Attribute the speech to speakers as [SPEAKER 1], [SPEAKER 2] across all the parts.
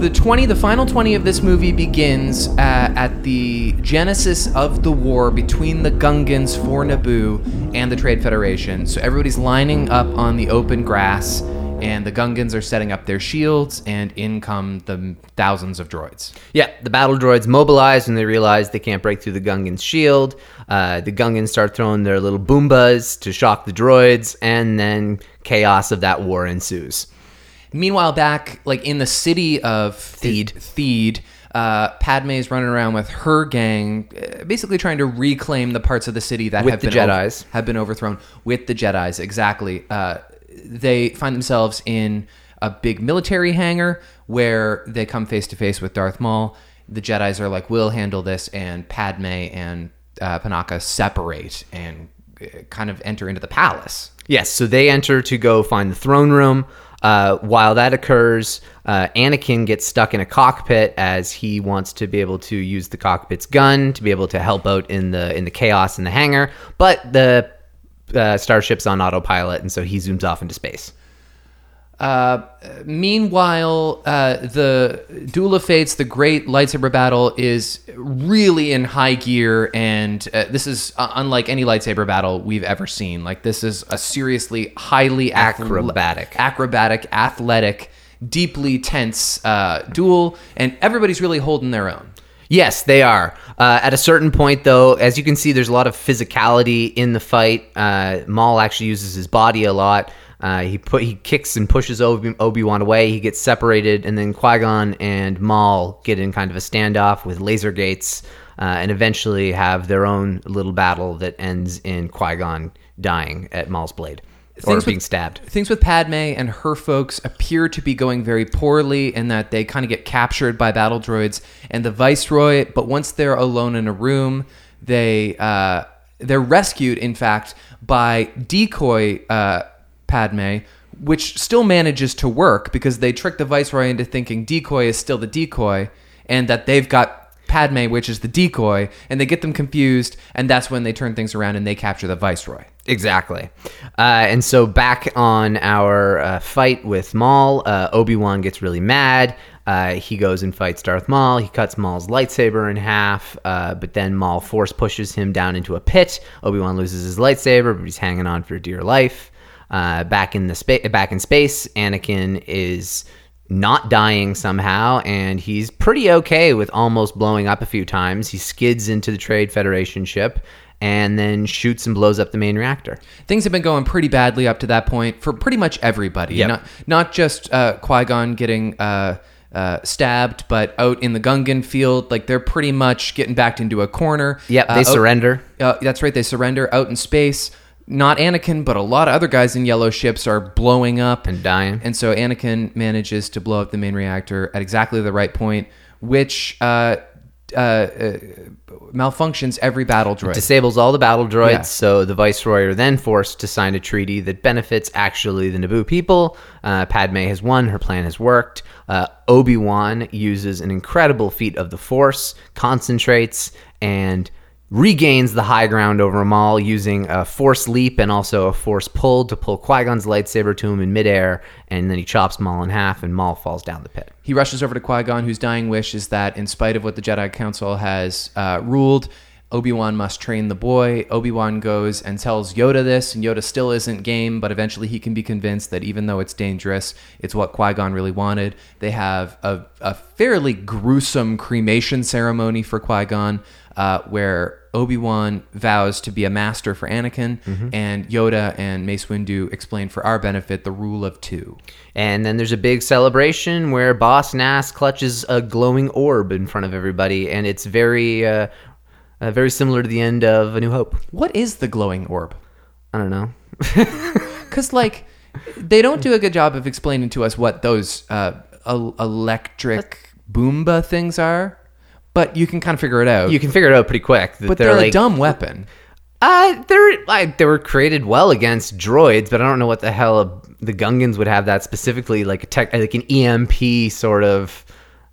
[SPEAKER 1] the 20, the final 20 of this movie begins uh, at the genesis of the war between the Gungans for Naboo and the Trade Federation. So everybody's lining up on the open grass, and the Gungans are setting up their shields, and in come the m- thousands of droids.
[SPEAKER 2] Yeah, the battle droids mobilize when they realize they can't break through the Gungan's shield. Uh, the Gungans start throwing their little boombas to shock the droids, and then chaos of that war ensues.
[SPEAKER 1] Meanwhile, back like in the city of
[SPEAKER 2] Theed.
[SPEAKER 1] Theed, uh, Padme is running around with her gang, uh, basically trying to reclaim the parts of the city that
[SPEAKER 2] With
[SPEAKER 1] have
[SPEAKER 2] the
[SPEAKER 1] been ov-
[SPEAKER 2] Jedis.
[SPEAKER 1] have been overthrown with the Jedi's. Exactly. Uh, they find themselves in a big military hangar where they come face to face with Darth Maul. The Jedi's are like, "We'll handle this," and Padme and uh, Panaka separate and uh, kind of enter into the palace.
[SPEAKER 2] Yes, so they enter to go find the throne room. Uh, while that occurs, uh, Anakin gets stuck in a cockpit as he wants to be able to use the cockpit's gun to be able to help out in the in the chaos in the hangar. But the uh, starship's on autopilot, and so he zooms off into space.
[SPEAKER 1] Meanwhile, uh, the Duel of Fates, the great lightsaber battle, is really in high gear, and uh, this is uh, unlike any lightsaber battle we've ever seen. Like this is a seriously highly athle-
[SPEAKER 2] Acrobatic.
[SPEAKER 1] acrobatic, athletic, deeply tense uh, duel, and everybody's really holding their own.
[SPEAKER 2] Yes, they are. Uh, at a certain point, though, as you can see, there's a lot of physicality in the fight. Uh, Maul actually uses his body a lot. Uh, he put he kicks and pushes Obi Obi Wan away. He gets separated, and then Qui Gon and Maul get in kind of a standoff with laser gates, uh, and eventually have their own little battle that ends in Qui Gon dying at Maul's blade or
[SPEAKER 1] Things
[SPEAKER 2] being
[SPEAKER 1] with-
[SPEAKER 2] stabbed.
[SPEAKER 1] Things with Padme and her folks appear to be going very poorly in that they kind of get captured by battle droids and the Viceroy, but once they're alone in a room, they uh, they're rescued, in fact, by decoy uh, Padme, which still manages to work because they trick the Viceroy into thinking decoy is still the decoy and that they've got Padme, which is the decoy, and they get them confused, and that's when they turn things around and they capture the Viceroy.
[SPEAKER 2] Exactly. Uh, and so back on our uh, fight with Maul, uh, Obi Wan gets really mad. Uh, he goes and fights Darth Maul. He cuts Maul's lightsaber in half, uh, but then Maul force pushes him down into a pit. Obi Wan loses his lightsaber, but he's hanging on for dear life. Uh, back in the spa- back in space, Anakin is not dying somehow, and he's pretty okay with almost blowing up a few times. He skids into the Trade Federation ship and then shoots and blows up the main reactor.
[SPEAKER 1] things have been going pretty badly up to that point for pretty much everybody.
[SPEAKER 2] Yep.
[SPEAKER 1] Not not just uh, Qui Gon getting uh, uh, stabbed, but out in the Gungan field, like they're pretty much getting backed into a corner.
[SPEAKER 2] Yep, they
[SPEAKER 1] Uh, out-
[SPEAKER 2] surrender.
[SPEAKER 1] Uh, that's right, they surrender out in space. Not Anakin, but a lot of other guys in yellow ships are blowing up
[SPEAKER 2] And dying.
[SPEAKER 1] and so Anakin manages to blow up the main reactor at exactly the right point, which. Uh, uh, uh, malfunctions every battle droid.
[SPEAKER 2] Disables all the battle droids,
[SPEAKER 1] Yeah.
[SPEAKER 2] so the Viceroy are then forced to sign a treaty that benefits actually the Naboo people. Uh, Padme has won, her plan has worked. Uh, Obi Wan uses an incredible feat of the Force, concentrates, and regains the high ground over Maul using a Force leap and also a Force pull to pull Qui Gon's lightsaber to him in midair, and then he chops Maul in half, and Maul falls down the pit.
[SPEAKER 1] He rushes over to Qui Gon, whose dying wish is that, in spite of what the Jedi Council has uh, ruled, Obi Wan must train the boy. Obi Wan goes and tells Yoda this, and Yoda still isn't game, but eventually he can be convinced that even though it's dangerous, it's what Qui Gon really wanted. They have a, a fairly gruesome cremation ceremony for Qui Gon, uh, where Obi Wan vows to be a master for Anakin, and Yoda and Mace Windu explain for our benefit the rule of two.
[SPEAKER 2] And then there's a big celebration where Boss Nass clutches a glowing orb in front of everybody, and it's very, uh, uh, very similar to the end of A New Hope.
[SPEAKER 1] What is the glowing orb?
[SPEAKER 2] I don't know.
[SPEAKER 1] because like they don't do a good job of explaining to us what those uh, el- electric boomba things are, but you can kind of figure it out.
[SPEAKER 2] You can figure it out pretty quick. That
[SPEAKER 1] but they're, a
[SPEAKER 2] like,
[SPEAKER 1] dumb weapon.
[SPEAKER 2] Uh, they're like they were created well against droids, but I don't know what the hell a, the Gungans would have that specifically, like a tech, like an EMP sort of.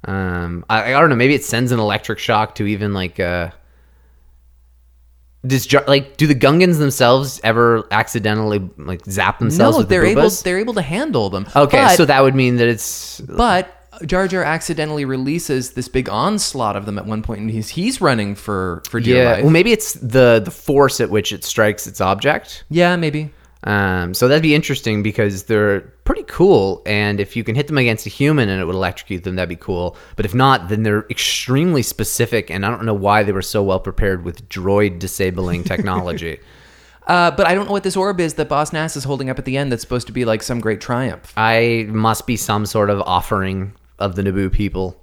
[SPEAKER 2] Um, I, I don't know. Maybe it sends an electric shock to even like uh. Does, Jar- like do the Gungans themselves ever accidentally like zap themselves
[SPEAKER 1] No,
[SPEAKER 2] with the
[SPEAKER 1] they're able.
[SPEAKER 2] boobas?
[SPEAKER 1] They're able to handle them.
[SPEAKER 2] okay,
[SPEAKER 1] But-
[SPEAKER 2] so that would mean that it's
[SPEAKER 1] but Jar Jar accidentally releases this big onslaught of them at one point, and he's he's running for for dear life.
[SPEAKER 2] Well, maybe it's the the force at which it strikes its object.
[SPEAKER 1] yeah, maybe.
[SPEAKER 2] Um, so that'd be interesting because they're pretty cool, and if you can hit them against a human and it would electrocute them, that'd be cool. But if not, then they're extremely specific, and I don't know why they were so well prepared with droid disabling technology.
[SPEAKER 1] Uh, but I don't know what this orb is that Boss Nass is holding up at the end. That's supposed to be like some great triumph.
[SPEAKER 2] I must be some sort of offering of the Naboo people.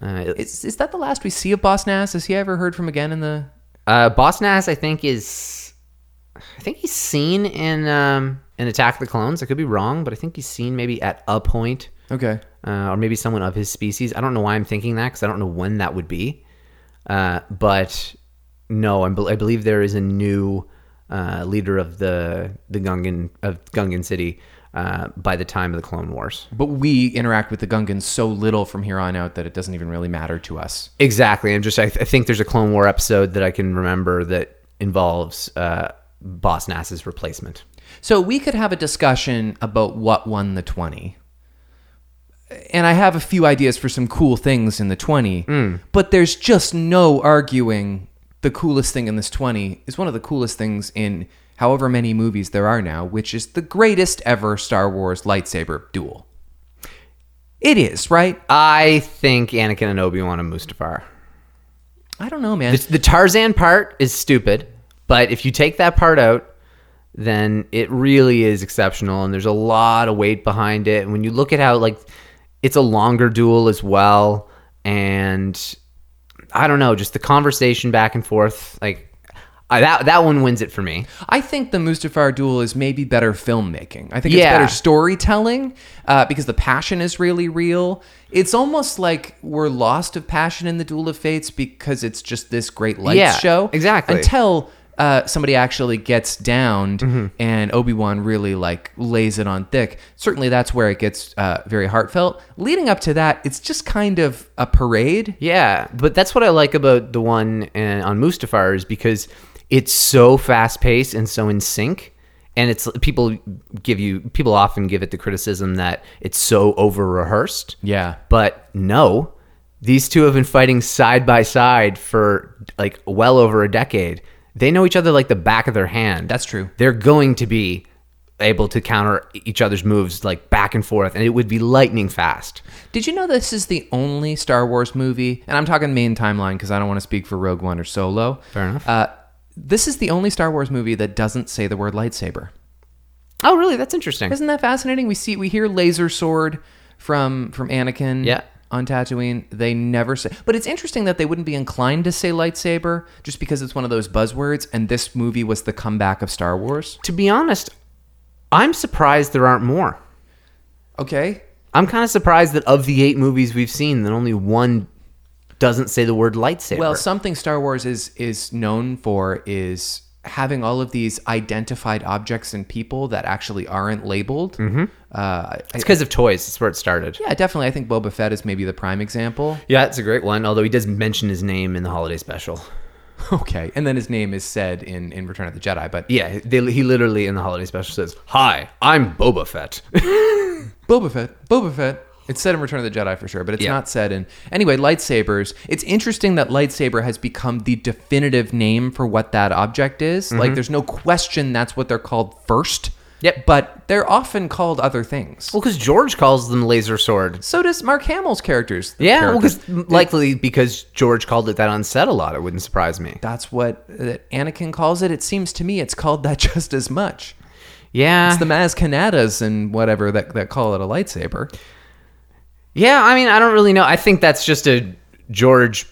[SPEAKER 2] Uh, it-
[SPEAKER 1] Is is that the last we see of Boss Nass? Is he ever heard from again in the?
[SPEAKER 2] Uh, Boss Nass, I think is, I think he's seen in um, in Attack of the Clones. I could be wrong, but I think he's seen maybe at a point,
[SPEAKER 1] Okay.
[SPEAKER 2] uh, or maybe someone of his species. I don't know why I'm thinking that because I don't know when that would be. Uh, but no, I'm, I believe there is a new uh, leader of the the Gungan of Gungan City uh, by the time of the Clone Wars.
[SPEAKER 1] But we interact with the Gungans so little from here on out that it doesn't even really matter to us.
[SPEAKER 2] Exactly. I'm just. I, I think there's a Clone War episode that I can remember that involves uh, Boss Nass's replacement.
[SPEAKER 1] So we could have a discussion about what won the 20. And I have a few ideas for some cool things in the 20, but there's just no arguing the coolest thing in this 20 is one of the coolest things in however many movies there are now, which is the greatest ever Star Wars lightsaber duel. It is, right?
[SPEAKER 2] I think Anakin and Obi Wan and Mustafar.
[SPEAKER 1] I don't know, man.
[SPEAKER 2] The, the Tarzan part is stupid, but if you take that part out, then it really is exceptional, and there's a lot of weight behind it. And when you look at how like it's a longer duel as well, and I don't know, just the conversation back and forth, like I, that that one wins it for me.
[SPEAKER 1] I think the Mustafar duel is maybe better filmmaking. I think
[SPEAKER 2] Yeah.
[SPEAKER 1] it's better storytelling uh, because the passion is really real. It's almost like we're lost of passion in the Duel of Fates because it's just this great lights
[SPEAKER 2] Yeah,
[SPEAKER 1] show.
[SPEAKER 2] exactly.
[SPEAKER 1] Until uh, somebody actually gets downed
[SPEAKER 2] Mm-hmm.
[SPEAKER 1] and Obi Wan really like lays it on thick. Certainly, that's where it gets uh, very heartfelt. Leading up to that, it's just kind of a parade.
[SPEAKER 2] Yeah, but that's what I like about the one uh, on Mustafar is because it's so fast paced and so in sync. And it's people give you people often give it the criticism that it's so over rehearsed.
[SPEAKER 1] Yeah.
[SPEAKER 2] But no, these two have been fighting side by side for like well over a decade. They know each other like the back of their hand.
[SPEAKER 1] That's true.
[SPEAKER 2] They're going to be able to counter each other's moves like back and forth, and it would be lightning fast.
[SPEAKER 1] Did you know this is the only Star Wars movie, and I'm talking main timeline because I don't want to speak for Rogue One or Solo.
[SPEAKER 2] Fair enough.
[SPEAKER 1] Uh, this is the only Star Wars movie that doesn't say the word lightsaber.
[SPEAKER 2] Oh, really? That's interesting.
[SPEAKER 1] Isn't that fascinating? We see we hear laser sword from from Anakin.
[SPEAKER 2] Yeah.
[SPEAKER 1] On Tatooine, they never say, but it's interesting that they wouldn't be inclined to say lightsaber just because it's one of those buzzwords. And this movie was the comeback of Star Wars.
[SPEAKER 2] to be honest, I'm surprised there aren't more.
[SPEAKER 1] Okay,
[SPEAKER 2] I'm kind of surprised that of the eight movies we've seen, that only one doesn't say the word lightsaber.
[SPEAKER 1] Well, something Star Wars is is known for is having all of these identified objects and people that actually aren't labeled. Mm-hmm. Uh, I-
[SPEAKER 2] it's because of toys. That's where it started.
[SPEAKER 1] yeah, definitely. I think Boba Fett is maybe the prime example.
[SPEAKER 2] Yeah, it's a great one. Although he does mention his name in the holiday special.
[SPEAKER 1] Okay, and then his name is said in in Return of the Jedi, but
[SPEAKER 2] Yeah, they, he literally in the holiday special says, "Hi, I'm Boba Fett."
[SPEAKER 1] Boba Fett, Boba Fett. It's said in Return of the Jedi for sure, but it's
[SPEAKER 2] Yeah.
[SPEAKER 1] not said in anyway. Lightsabers. It's interesting that lightsaber has become the definitive name for what that object is. Like, there's no question that's what they're called first.
[SPEAKER 2] Yep.
[SPEAKER 1] But they're often called other things.
[SPEAKER 2] well, because George calls them laser sword.
[SPEAKER 1] So does Mark Hamill's characters. the
[SPEAKER 2] Yeah, well,
[SPEAKER 1] characters.
[SPEAKER 2] 'cause likely because George called it that on set a lot. It wouldn't surprise me.
[SPEAKER 1] that's what uh, Anakin calls it. It seems to me it's called that just as much.
[SPEAKER 2] Yeah,
[SPEAKER 1] It's the Maz Kanadas and whatever that, that call it a lightsaber.
[SPEAKER 2] Yeah, I mean, I don't really know. I think that's just a George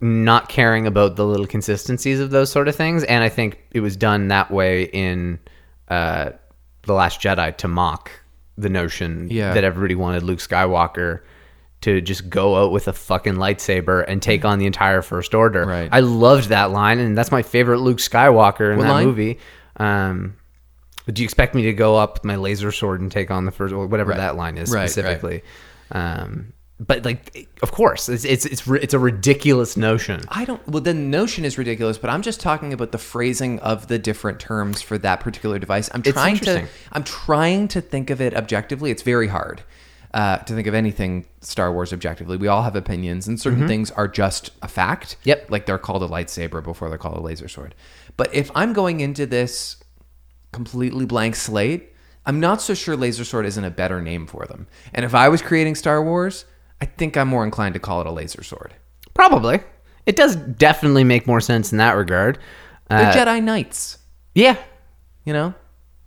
[SPEAKER 2] not caring about the little consistencies of those sort of things, and I think it was done that way in uh, the Last Jedi to mock the notion
[SPEAKER 1] Yeah.
[SPEAKER 2] that everybody wanted Luke Skywalker to just go out with a fucking lightsaber and take on the entire First Order.
[SPEAKER 1] Right.
[SPEAKER 2] I loved that line, and that's my favorite Luke Skywalker in that
[SPEAKER 1] line?
[SPEAKER 2] movie. Um, do you expect me to go up with my laser sword and take on the first, whatever that line is
[SPEAKER 1] Right, right.
[SPEAKER 2] specifically? Um, but like, of course, it's it's it's, ri- it's a ridiculous notion.
[SPEAKER 1] I don't. Well, the notion is ridiculous, but I'm just talking about the phrasing of the different terms for that particular device. I'm trying to.
[SPEAKER 2] interesting.
[SPEAKER 1] I'm trying to think of it objectively. It's very hard. uh, to think of anything Star Wars objectively. We all have opinions, and certain things are just a fact.
[SPEAKER 2] Mm-hmm. Yep.
[SPEAKER 1] Like they're called a lightsaber before they're called a laser sword. But if I'm going into this completely blank slate, I'm not so sure laser sword isn't a better name for them. And if I was creating Star Wars, I think I'm more inclined to call it a laser sword.
[SPEAKER 2] Probably. It does definitely make more sense in that regard.
[SPEAKER 1] They're
[SPEAKER 2] Uh,
[SPEAKER 1] Jedi Knights,
[SPEAKER 2] yeah,
[SPEAKER 1] you know?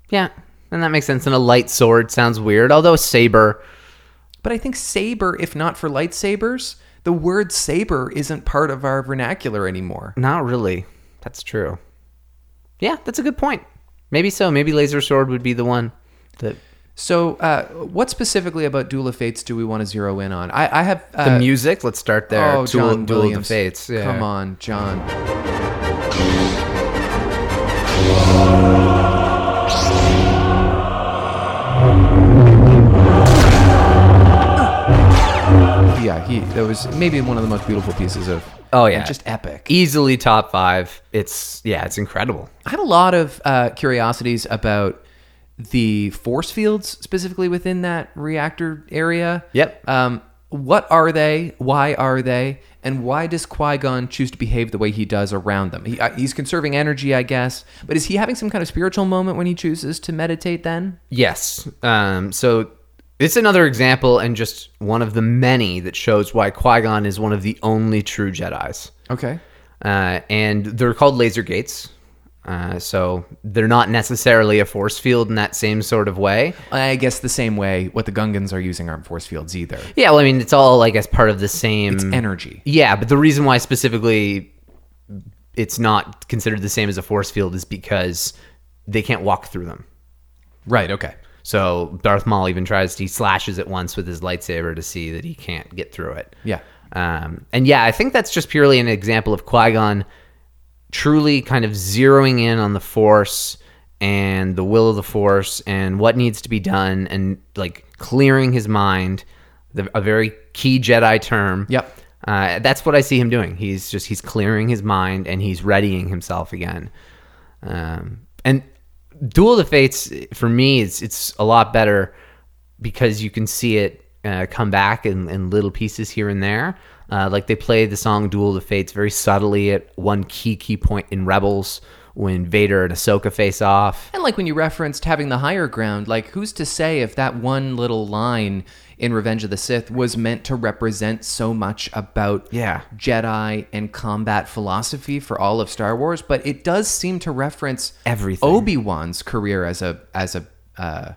[SPEAKER 2] yeah, and that makes sense. And a light sword sounds weird, although a saber.
[SPEAKER 1] But I think saber, if not for lightsabers, the word saber isn't part of our vernacular anymore.
[SPEAKER 2] Not really. That's true. Yeah, that's a good point. Maybe so. Maybe laser sword would be the one that
[SPEAKER 1] So, uh, what specifically about Duel of Fates do we want to zero in on? I, I have uh,
[SPEAKER 2] the music. Let's start there.
[SPEAKER 1] Oh, John
[SPEAKER 2] Duel of the
[SPEAKER 1] Williams.
[SPEAKER 2] Fates. Yeah.
[SPEAKER 1] Come on, John. Yeah, he that was maybe one of the most beautiful pieces of
[SPEAKER 2] Oh, yeah.
[SPEAKER 1] just epic.
[SPEAKER 2] Easily top five. It's yeah, it's incredible.
[SPEAKER 1] I had a lot of uh, curiosities about the force fields specifically within that reactor area.
[SPEAKER 2] Yep.
[SPEAKER 1] Um, what are they? Why are they? And why does Qui Gon choose to behave the way he does around them? He, uh, he's conserving energy, I guess. But is he having some kind of spiritual moment when he chooses to meditate then?
[SPEAKER 2] Yes. Um, so it's another example and just one of the many that shows why Qui Gon is one of the only true Jedi's.
[SPEAKER 1] Okay.
[SPEAKER 2] Uh, and they're called laser gates. Uh, so they're not necessarily a force field in that same sort of way.
[SPEAKER 1] I guess the same way what the Gungans are using aren't force fields either.
[SPEAKER 2] Yeah, well, I mean, it's all, I guess, part of the same.
[SPEAKER 1] Hmm. Energy.
[SPEAKER 2] yeah, but the reason why specifically it's not considered the same as a force field is because they can't walk through them.
[SPEAKER 1] Right, okay.
[SPEAKER 2] So Darth Maul even tries to, he slashes it once with his lightsaber to see that he can't get through it.
[SPEAKER 1] Yeah.
[SPEAKER 2] Um, and yeah, I think that's just purely an example of Qui Gon truly kind of zeroing in on the Force and the will of the Force and what needs to be done and like clearing his mind, the, a very key Jedi term.
[SPEAKER 1] Yep.
[SPEAKER 2] Uh, that's what I see him doing. He's just, he's clearing his mind and he's readying himself again. Um, and Duel of the Fates for me it's it's a lot better because you can see it uh, come back in, in little pieces here and there. Uh, like they play the song Duel of the Fates very subtly at one key key point in Rebels when Vader and Ahsoka face off.
[SPEAKER 1] And like when you referenced having the higher ground, like who's to say if that one little line in Revenge of the Sith was meant to represent so much about
[SPEAKER 2] Yeah.
[SPEAKER 1] Jedi and combat philosophy for all of Star Wars, but it does seem to reference
[SPEAKER 2] Everything.
[SPEAKER 1] Oh. Obi-Wan's career as a as a uh,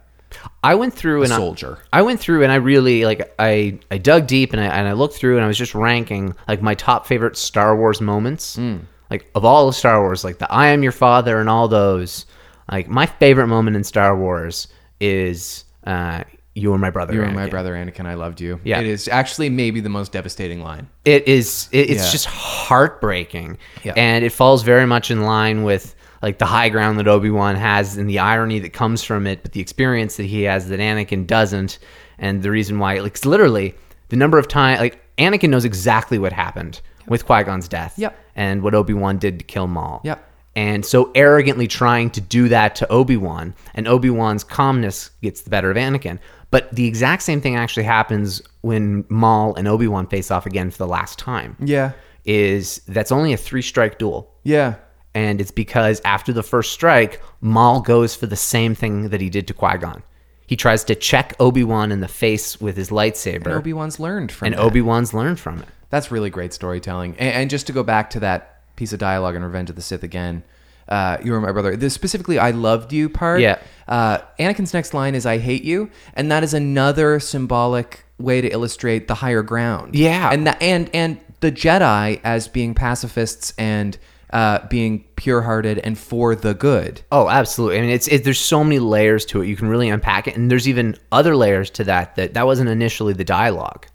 [SPEAKER 2] I went through and I-
[SPEAKER 1] soldier.
[SPEAKER 2] I, went through and I really like I I dug deep and I and I looked through and I was just ranking like my top favorite Star Wars moments.
[SPEAKER 1] Hmm.
[SPEAKER 2] Like of all of Star Wars, like the I am your father and all those. Like my favorite moment in Star Wars is uh you were my brother.
[SPEAKER 1] You were my
[SPEAKER 2] Anakin.
[SPEAKER 1] brother Anakin, I loved you.
[SPEAKER 2] Yeah.
[SPEAKER 1] It is actually maybe the most devastating line.
[SPEAKER 2] It is it, it's
[SPEAKER 1] Yeah.
[SPEAKER 2] just heartbreaking.
[SPEAKER 1] Yeah.
[SPEAKER 2] And it falls very much in line with like the high ground that Obi-Wan has and the irony that comes from it, but the experience that he has that Anakin doesn't and the reason why like 'cause literally the number of time like Anakin knows exactly what happened with Qui-Gon's death
[SPEAKER 1] Yep.
[SPEAKER 2] and what Obi-Wan did to kill Maul.
[SPEAKER 1] Yep.
[SPEAKER 2] And so arrogantly trying to do that to Obi-Wan, and Obi-Wan's calmness gets the better of Anakin. But the exact same thing actually happens when Maul and Obi-Wan face off again for the last time.
[SPEAKER 1] Yeah.
[SPEAKER 2] Is that's only a three-strike duel.
[SPEAKER 1] Yeah.
[SPEAKER 2] And it's because after the first strike, Maul goes for the same thing that he did to Qui-Gon. He tries to check Obi-Wan in the face with his lightsaber.
[SPEAKER 1] Obi-Wan's learned from
[SPEAKER 2] and
[SPEAKER 1] that.
[SPEAKER 2] Obi-Wan's learned from it.
[SPEAKER 1] That's really great storytelling. And, and just to go back to that piece of dialogue in Revenge of the Sith again, uh, you were my brother. The specifically, I loved you part.
[SPEAKER 2] Yeah.
[SPEAKER 1] Uh, Anakin's next line is, I hate you. And that is another symbolic way to illustrate the higher ground.
[SPEAKER 2] Yeah.
[SPEAKER 1] And the, and, and the Jedi as being pacifists and uh, being pure hearted and for the good.
[SPEAKER 2] Oh, absolutely. I mean, it's it, there's so many layers to it. You can really unpack it, and there's even other layers to that that that wasn't initially the dialogue.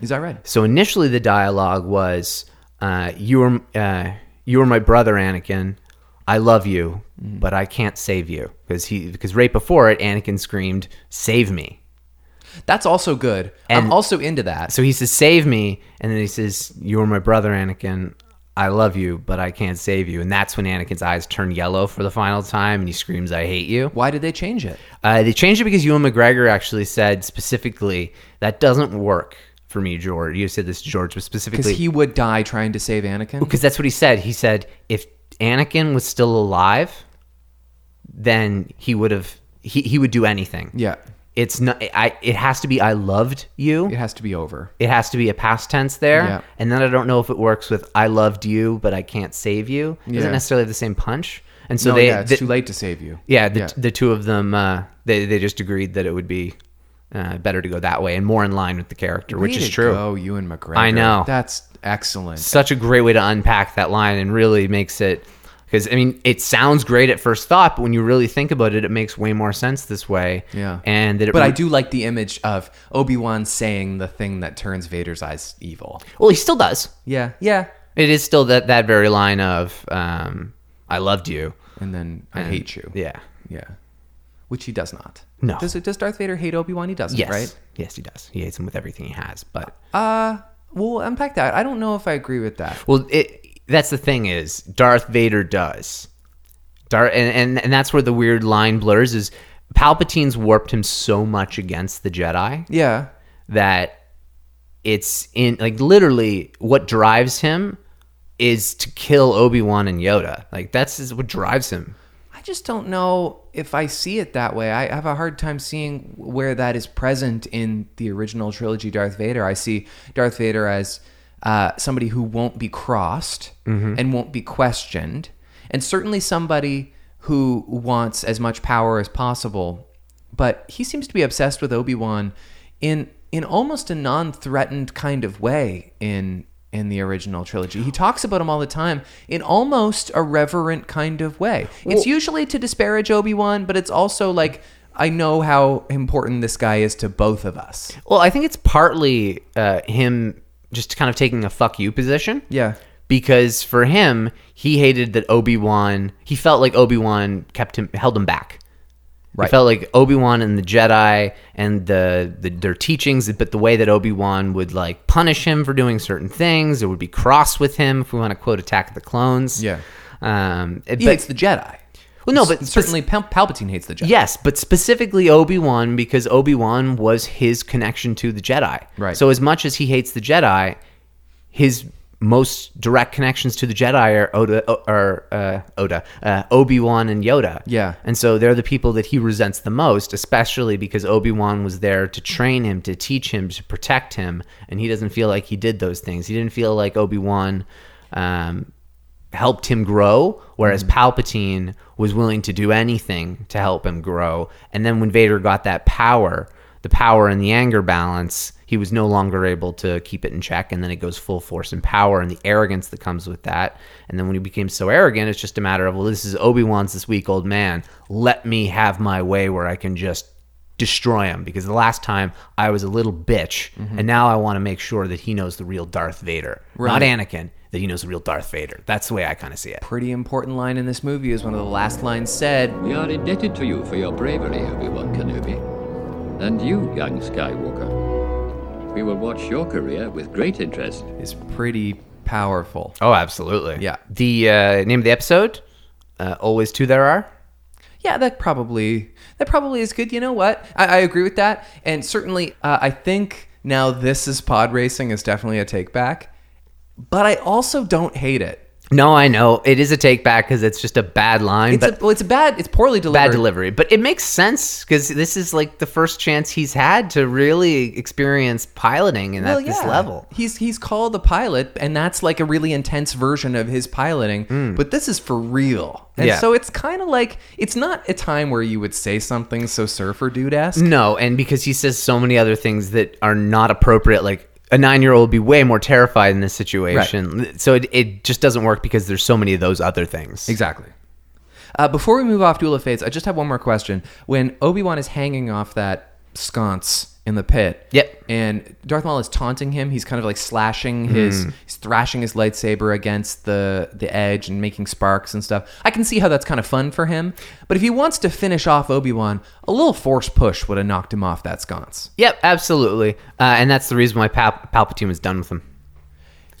[SPEAKER 1] Is that right?
[SPEAKER 2] So initially, the dialogue was, uh, "You were uh, you were my brother, Anakin. I love you, but I can't save you because he because right before it, Anakin screamed, "Save me!"
[SPEAKER 1] That's also good. I'm also into that.
[SPEAKER 2] So he says, "Save me," and then he says, "You were my brother, Anakin. I love you, but I can't save you. And that's when Anakin's eyes turn yellow for the final time and he screams, I hate you.
[SPEAKER 1] Why did they change it?
[SPEAKER 2] Uh, they changed it because Ewan McGregor actually said specifically, that doesn't work for me, George. You said this, George, but
[SPEAKER 1] Because
[SPEAKER 2] specifically.
[SPEAKER 1] he would die trying to save Anakin.
[SPEAKER 2] Because that's what he said. He said, if Anakin was still alive, then he would have, he, he would do anything.
[SPEAKER 1] Yeah,
[SPEAKER 2] It's not, I, it has to be, I loved you.
[SPEAKER 1] it has to be over.
[SPEAKER 2] It has to be a past tense there.
[SPEAKER 1] Yeah.
[SPEAKER 2] And then I don't know if it works with I loved you, but I can't save you. It
[SPEAKER 1] Yeah.
[SPEAKER 2] doesn't necessarily have the same punch. And so
[SPEAKER 1] no,
[SPEAKER 2] they,
[SPEAKER 1] yeah, it's
[SPEAKER 2] the-
[SPEAKER 1] too late to save you.
[SPEAKER 2] yeah, the,
[SPEAKER 1] Yeah.
[SPEAKER 2] the two of them, uh, they, they just agreed that it would be uh, better to go that way and more in line with the character, which is true.
[SPEAKER 1] Oh, Ewan McGregor.
[SPEAKER 2] I know.
[SPEAKER 1] That's excellent.
[SPEAKER 2] Such a great way to unpack that line and really makes it. Because I mean, it sounds great at first thought, but when you really think about it, it makes way more sense this way.
[SPEAKER 1] Yeah.
[SPEAKER 2] and that it
[SPEAKER 1] But I
[SPEAKER 2] re-
[SPEAKER 1] do like the image of Obi Wan saying the thing that turns Vader's eyes evil.
[SPEAKER 2] well, he still does.
[SPEAKER 1] Yeah, yeah.
[SPEAKER 2] It is still that that very line of um, "I loved you."
[SPEAKER 1] And then I hate you.
[SPEAKER 2] Yeah.
[SPEAKER 1] Yeah. Which he does not.
[SPEAKER 2] No.
[SPEAKER 1] Does it, does Darth Vader hate Obi Wan? He doesn't,
[SPEAKER 2] Yes.
[SPEAKER 1] right?
[SPEAKER 2] Yes, he does. He hates him with everything he has. But
[SPEAKER 1] Uh we'll unpack that. I don't know if I agree with that.
[SPEAKER 2] well, it that's the thing is Darth Vader does. Darth and, and and that's where the weird line blurs is Palpatine's warped him so much against the Jedi
[SPEAKER 1] Yeah.
[SPEAKER 2] that it's in like literally what drives him is to kill Obi-Wan and Yoda. Like that's is what drives him.
[SPEAKER 1] I just don't know if I see it that way. I have a hard time seeing where that is present in the original trilogy Darth Vader. I see Darth Vader as uh, somebody who won't be crossed and won't be questioned, and certainly somebody who wants as much power as possible. But he seems to be obsessed with Obi Wan in in almost a non-threatened kind of way in in the original trilogy. He talks about him all the time in almost a reverent kind of way. It's usually to disparage Obi-Wan, but it's also like I know how important this guy is to both of us.
[SPEAKER 2] Well, I think it's partly uh, him just kind of taking a fuck you position.
[SPEAKER 1] Yeah.
[SPEAKER 2] because for him, he hated that Obi Wan. He felt like Obi Wan kept him, held him back.
[SPEAKER 1] Right.
[SPEAKER 2] He felt like Obi Wan and the Jedi and the, the their teachings, but the way that Obi Wan would like punish him for doing certain things, it would be cross with him. If we want to quote Attack of the Clones,
[SPEAKER 1] Yeah.
[SPEAKER 2] Um, it-
[SPEAKER 1] He
[SPEAKER 2] but
[SPEAKER 1] hates the Jedi.
[SPEAKER 2] well, no, but
[SPEAKER 1] S- certainly Pal- Palpatine hates the Jedi.
[SPEAKER 2] Yes, but specifically Obi Wan because Obi Wan was his connection to the Jedi.
[SPEAKER 1] Right.
[SPEAKER 2] So as much as he hates the Jedi, his most direct connections to the Jedi are Oda, are uh, Oda, uh, Obi Wan and Yoda.
[SPEAKER 1] Yeah.
[SPEAKER 2] And so they're the people that he resents the most, especially because Obi Wan was there to train him, to teach him, to protect him, and he doesn't feel like he did those things. He didn't feel like Obi Wan um, helped him grow, whereas Palpatine was willing to do anything to help him grow. And then when Vader got that power, the power and the anger balance, he was no longer able to keep it in check. And then it goes full force and power and the arrogance that comes with that. And then when he became so arrogant, it's just a matter of, well, this is Obi Wan's this weak old man. Let me have my way where I can just destroy him because the last time I was a little bitch and now I want to make sure that he knows the real Darth Vader, not Anakin, that he knows the real Darth Vader. That's the way I kind of see it.
[SPEAKER 1] Pretty important line in this movie is one of the last lines said.
[SPEAKER 3] We are indebted to you for your bravery, Obi-Wan Kenobi. And you, young Skywalker. We will watch your career with great interest.
[SPEAKER 1] Is pretty powerful.
[SPEAKER 2] Oh, absolutely.
[SPEAKER 1] Yeah.
[SPEAKER 2] The uh, name of the episode, uh, Always Two There Are.
[SPEAKER 1] yeah, that probably that probably is good. You know what? I, I agree with that, and certainly uh, I think now this is pod racing is definitely a take back, but I also don't hate it.
[SPEAKER 2] No, I know. It is a take back because it's just a bad line,
[SPEAKER 1] It's
[SPEAKER 2] but
[SPEAKER 1] a, well, it's a bad, it's poorly delivered.
[SPEAKER 2] bad delivery. But it makes sense because this is like the first chance he's had to really experience piloting and at this level.
[SPEAKER 1] he's he's called a pilot, and that's like a really intense version of his piloting. But this is for real, and
[SPEAKER 2] Yeah.
[SPEAKER 1] so it's kind of like it's not a time where you would say something so surfer dude esque.
[SPEAKER 2] No, and because he says so many other things that are not appropriate, like a nine year old would be way more terrified in this situation. So it, it just doesn't work because there's so many of those other things.
[SPEAKER 1] Exactly. Uh, before we move off Duel of Fates, I just have one more question. When Obi Wan is hanging off that sconce in the pit,
[SPEAKER 2] Yep.
[SPEAKER 1] and Darth Maul is taunting him, he's kind of like slashing his, he's thrashing his lightsaber against the the edge and making sparks and stuff. I can see how that's kind of fun for him, but if he wants to finish off Obi Wan, a little force push would have knocked him off that sconce.
[SPEAKER 2] Yep, absolutely. Uh, and that's the reason why Pal- Palpatine was done with him.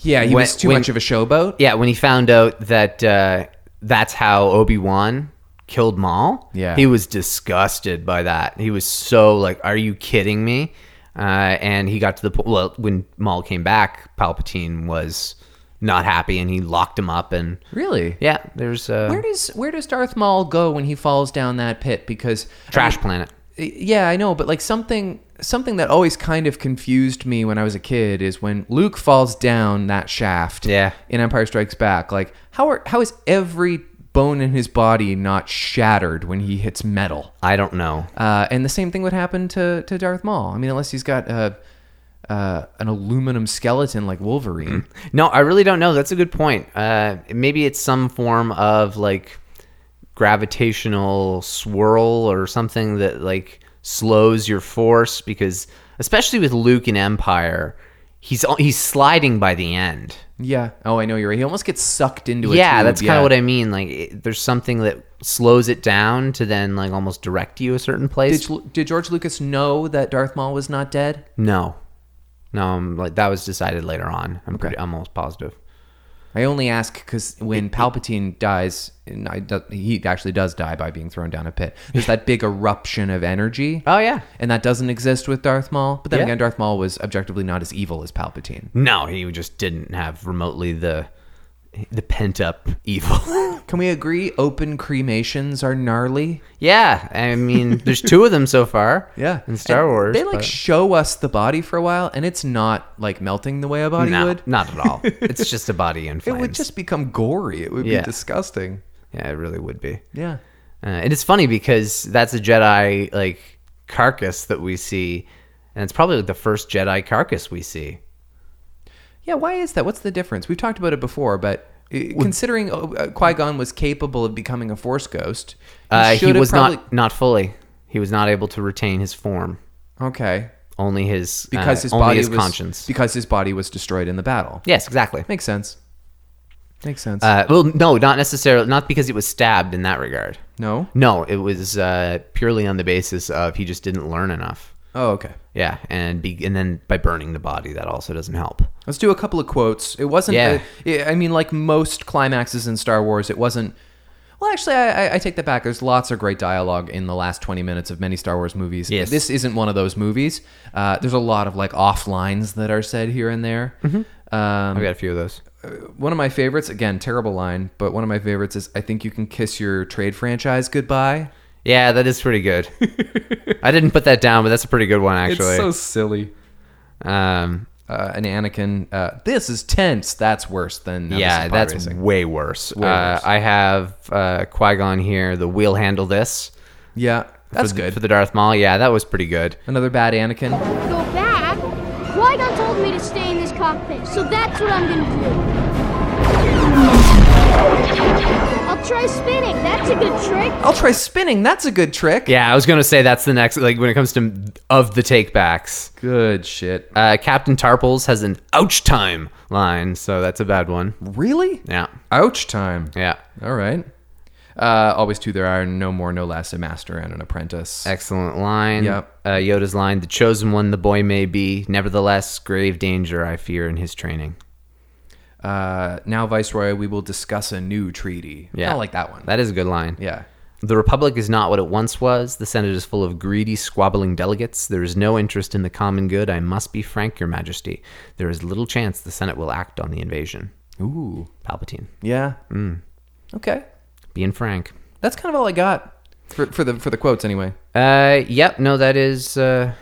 [SPEAKER 1] Yeah, he
[SPEAKER 2] When-
[SPEAKER 1] was too
[SPEAKER 2] when-
[SPEAKER 1] much of a showboat.
[SPEAKER 2] Yeah, when he found out that uh, that's how Obi Wan killed Maul,
[SPEAKER 1] Yeah.
[SPEAKER 2] he was disgusted by that. He was so like, "Are you kidding me?" Uh, and he got to the point. Well, when Maul came back, Palpatine was not happy, and he locked him up. And
[SPEAKER 1] Really?
[SPEAKER 2] yeah, there's uh,
[SPEAKER 1] Where does where does Darth Maul go when he falls down that pit? Because
[SPEAKER 2] Trash Planet.
[SPEAKER 1] yeah, I know, but like something something that always kind of confused me when I was a kid is when Luke falls down that shaft
[SPEAKER 2] Yeah.
[SPEAKER 1] in Empire Strikes Back. Like how are how is every bone in his body not shattered when he hits metal?
[SPEAKER 2] I don't know.
[SPEAKER 1] Uh, and the same thing would happen to to Darth Maul. I mean, unless he's got uh, uh, an aluminum skeleton like Wolverine.
[SPEAKER 2] No, I really don't know. That's a good point. Uh, maybe it's some form of like gravitational swirl or something that like slows your force because, especially with Luke in Empire, he's he's sliding by the end.
[SPEAKER 1] Yeah. Oh, I know you're right. He almost gets sucked into it.
[SPEAKER 2] Hmm. yeah, that's kind of what I mean. Like, it, there's something that slows it down to then like almost direct you a certain place.
[SPEAKER 1] Did, Lu- did George Lucas know that Darth Maul was not dead?
[SPEAKER 2] no, no, I'm, like that was decided later on. I'm pretty, I'm almost positive.
[SPEAKER 1] I only ask because when Palpatine dies, and I do- he actually does die by being thrown down a pit. There's that big eruption of energy.
[SPEAKER 2] Oh yeah,
[SPEAKER 1] And that doesn't exist with Darth Maul. But then
[SPEAKER 2] Yeah.
[SPEAKER 1] again, Darth Maul was objectively not as evil as Palpatine.
[SPEAKER 2] No, he just didn't have remotely the the pent up evil.
[SPEAKER 1] Can we agree open cremations are gnarly?
[SPEAKER 2] yeah, I mean, there's two of them so far. in Star
[SPEAKER 1] And
[SPEAKER 2] Wars,
[SPEAKER 1] They like
[SPEAKER 2] but-
[SPEAKER 1] show us the body for a while, and it's not like melting the way a body
[SPEAKER 2] no,
[SPEAKER 1] would.
[SPEAKER 2] not at all. It's just a body in
[SPEAKER 1] It
[SPEAKER 2] flames.
[SPEAKER 1] would just become gory. It would
[SPEAKER 2] Yeah.
[SPEAKER 1] be disgusting.
[SPEAKER 2] yeah, it really would be.
[SPEAKER 1] Yeah.
[SPEAKER 2] Uh, and it's funny because that's a Jedi like carcass that we see, and it's probably like, the first Jedi carcass we see.
[SPEAKER 1] Yeah, why is that? What's the difference? We've talked about it before, but uh, considering uh, Qui Gon was capable of becoming a Force ghost, he,
[SPEAKER 2] Uh, he
[SPEAKER 1] should have
[SPEAKER 2] was
[SPEAKER 1] probably,
[SPEAKER 2] not not fully. He was not able to retain his form.
[SPEAKER 1] okay
[SPEAKER 2] Only his uh,
[SPEAKER 1] because his
[SPEAKER 2] only
[SPEAKER 1] body
[SPEAKER 2] his
[SPEAKER 1] was
[SPEAKER 2] conscience.
[SPEAKER 1] because his body was destroyed in the battle.
[SPEAKER 2] yes, exactly.
[SPEAKER 1] Makes sense. Makes sense.
[SPEAKER 2] Uh, well, no, not necessarily. Not because he was stabbed in that regard.
[SPEAKER 1] no.
[SPEAKER 2] No, it was uh, purely on the basis of he just didn't learn enough.
[SPEAKER 1] Oh, okay.
[SPEAKER 2] Yeah, and be, and then by burning the body, that also doesn't help.
[SPEAKER 1] Let's do a couple of quotes. It wasn't.
[SPEAKER 2] Yeah.
[SPEAKER 1] a- I mean, like most climaxes in Star Wars, it wasn't. Well, actually, I, I- I take that back. There's lots of great dialogue in the last 20 minutes of many Star Wars movies.
[SPEAKER 2] Yes.
[SPEAKER 1] This isn't one of those movies. Uh, there's a lot of like off lines that are said here and there.
[SPEAKER 2] Mm-hmm.
[SPEAKER 1] Um,
[SPEAKER 2] I've got a few of those.
[SPEAKER 1] one of my favorites, again, terrible line, but one of my favorites is I think you can kiss your trade franchise goodbye.
[SPEAKER 2] Yeah, that is pretty good. I didn't put that down, but that's a pretty good one actually.
[SPEAKER 1] It's so silly.
[SPEAKER 2] um,
[SPEAKER 1] Uh, and Anakin, uh, this is tense. That's worse than Nemesis
[SPEAKER 2] yeah,
[SPEAKER 1] pod
[SPEAKER 2] that's
[SPEAKER 1] racing.
[SPEAKER 2] way worse. uh,
[SPEAKER 1] worse.
[SPEAKER 2] I have uh, Qui Gon here. The we'll handle this.
[SPEAKER 1] yeah, that's
[SPEAKER 2] for the,
[SPEAKER 1] good.
[SPEAKER 2] for the Darth Maul. Yeah, that was pretty good.
[SPEAKER 1] Another bad Anakin.
[SPEAKER 4] go back? Qui-Gon told me to stay in this cockpit, so that's what I'm gonna do. I'll try spinning. That's a good trick.
[SPEAKER 1] I'll try spinning. That's a good trick.
[SPEAKER 2] Yeah, I was gonna say that's the next. Like when it comes to of the takebacks.
[SPEAKER 1] Good shit.
[SPEAKER 2] Uh, Captain Tarples has an ouch time line, so that's a bad one.
[SPEAKER 1] Really?
[SPEAKER 2] Yeah.
[SPEAKER 1] Ouch time.
[SPEAKER 2] Yeah.
[SPEAKER 1] All right. Uh, always two there are no more, no less, a master and an apprentice.
[SPEAKER 2] Excellent line.
[SPEAKER 1] Yep.
[SPEAKER 2] Uh, Yoda's line, the chosen one the boy may be, nevertheless, grave danger I fear in his training.
[SPEAKER 1] Uh, now, Viceroy, we will discuss a new treaty.
[SPEAKER 2] Yeah.
[SPEAKER 1] I like that one.
[SPEAKER 2] That is a good line.
[SPEAKER 1] yeah.
[SPEAKER 2] The Republic is not what it once was. The Senate is full of greedy, squabbling delegates. There is no interest in the common good. I must be frank, Your Majesty. There is little chance the Senate will act on the invasion.
[SPEAKER 1] Ooh.
[SPEAKER 2] Palpatine.
[SPEAKER 1] Yeah. Okay.
[SPEAKER 2] Being frank.
[SPEAKER 1] That's kind of all I got for, for the for the quotes anyway.
[SPEAKER 2] Uh, yep. No, that is. Uh,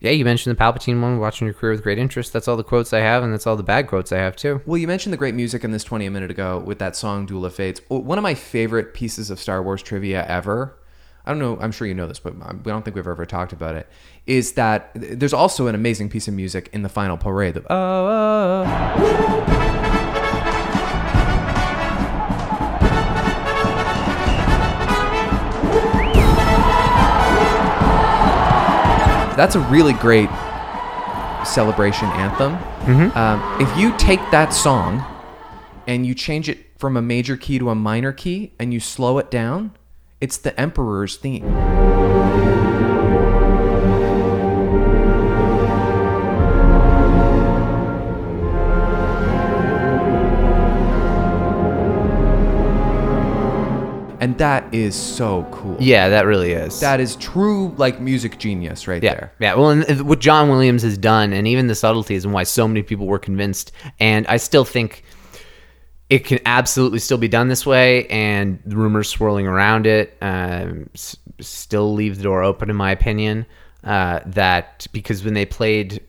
[SPEAKER 2] yeah, you mentioned the Palpatine one. Watching your career with great interest. That's all the quotes I have, and that's all the bad quotes I have too.
[SPEAKER 1] Well, you mentioned the great music in this 20 a minute ago with that song Duel of Fates. O- One of my favorite pieces of Star Wars trivia ever. I don't know, I'm sure you know this, but I we don't think we've ever talked about it. Is that th- there's also an amazing piece of music in the final parade. The, oh, oh, oh. That's a really great celebration anthem. Um, if you take that song and you change it from a major key to a minor key and you slow it down, it's the Emperor's theme. that is so cool.
[SPEAKER 2] Yeah, that really is.
[SPEAKER 1] That is true, like music genius right
[SPEAKER 2] yeah,
[SPEAKER 1] there.
[SPEAKER 2] yeah. Well, and what John Williams has done, and even the subtleties, and why so many people were convinced, and I still think it can absolutely still be done this way, and the rumors swirling around it um, s- still leave the door open, in my opinion. Uh, that because when they played,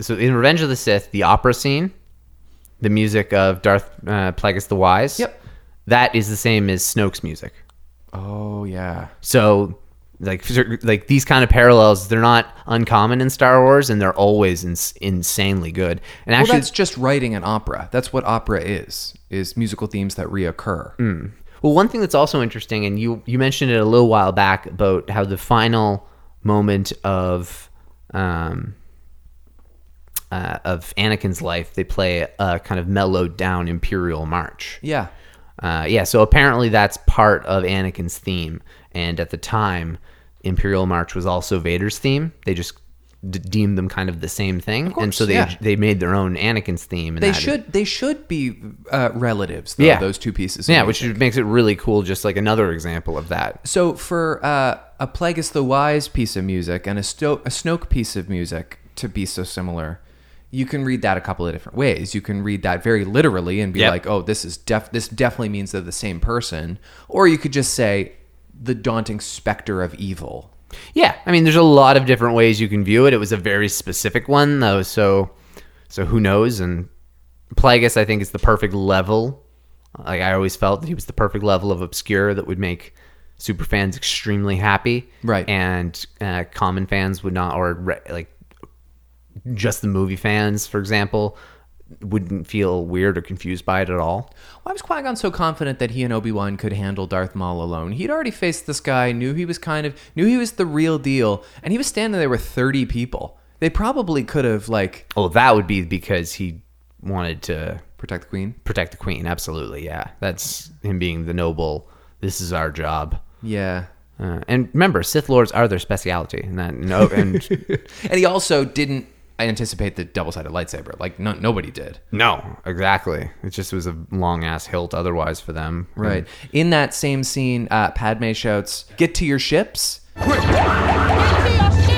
[SPEAKER 2] so in Revenge of the Sith, the opera scene, the music of Darth uh, Plagueis the Wise,
[SPEAKER 1] Yep.
[SPEAKER 2] that is the same as Snoke's music.
[SPEAKER 1] Oh yeah.
[SPEAKER 2] So like cer- like these kind of parallels, they're not uncommon in Star Wars, and they're always ins- insanely good. And
[SPEAKER 1] Well,
[SPEAKER 2] actually, well,
[SPEAKER 1] that's just writing an opera. That's what opera is. Is musical themes that reoccur.
[SPEAKER 2] Mm. one thing that's also interesting, and you you mentioned it a little while back about how the final moment of um, uh, of Anakin's life, they play a kind of mellowed down Imperial March.
[SPEAKER 1] Yeah.
[SPEAKER 2] Uh, yeah, so apparently that's part of Anakin's theme, and at the time, Imperial March was also Vader's theme. They just d- deemed them kind of the same thing, and so they
[SPEAKER 1] yeah.
[SPEAKER 2] they made their own Anakin's theme. And
[SPEAKER 1] They
[SPEAKER 2] that is-
[SPEAKER 1] should they should be uh, relatives. Though,
[SPEAKER 2] Yeah.
[SPEAKER 1] Those two pieces. of
[SPEAKER 2] yeah,
[SPEAKER 1] music.
[SPEAKER 2] which makes it really cool. Just like another example of that.
[SPEAKER 1] So for uh, a Plagueis the Wise piece of music and a, Sto- a Snoke piece of music to be so similar, you can read that a couple of different ways. You can read that very literally and be
[SPEAKER 2] Yep.
[SPEAKER 1] like, "Oh, this is def- this definitely means they're the same person," or you could just say, "The daunting specter of evil."
[SPEAKER 2] Yeah, I mean, there's a lot of different ways you can view it. It was a very specific one though, so so who knows? And Plagueis, I think, is the perfect level. Like I always felt that he was the perfect level of obscure that would make super fans extremely happy,
[SPEAKER 1] Right.
[SPEAKER 2] And uh, common fans would not, or re- like just the movie fans, for example, wouldn't feel weird or confused by it at all.
[SPEAKER 1] Why was Qui Gon so confident that he and Obi Wan could handle Darth Maul alone? He'd already faced this guy, knew he was kind of knew he was the real deal, and he was standing there with thirty people. They probably could have like
[SPEAKER 2] Oh, that would be because he wanted to
[SPEAKER 1] protect the Queen.
[SPEAKER 2] protect the queen absolutely yeah that's him being the noble this is our job
[SPEAKER 1] Yeah,
[SPEAKER 2] uh, and remember sith lords are their specialty and that no and
[SPEAKER 1] And he also didn't anticipate the double-sided lightsaber. Like no, nobody did.
[SPEAKER 2] no exactly it just was a long ass hilt otherwise for them
[SPEAKER 1] Right. In that same scene, uh, Padme shouts, "Get to your ships,"
[SPEAKER 4] Get to your ships!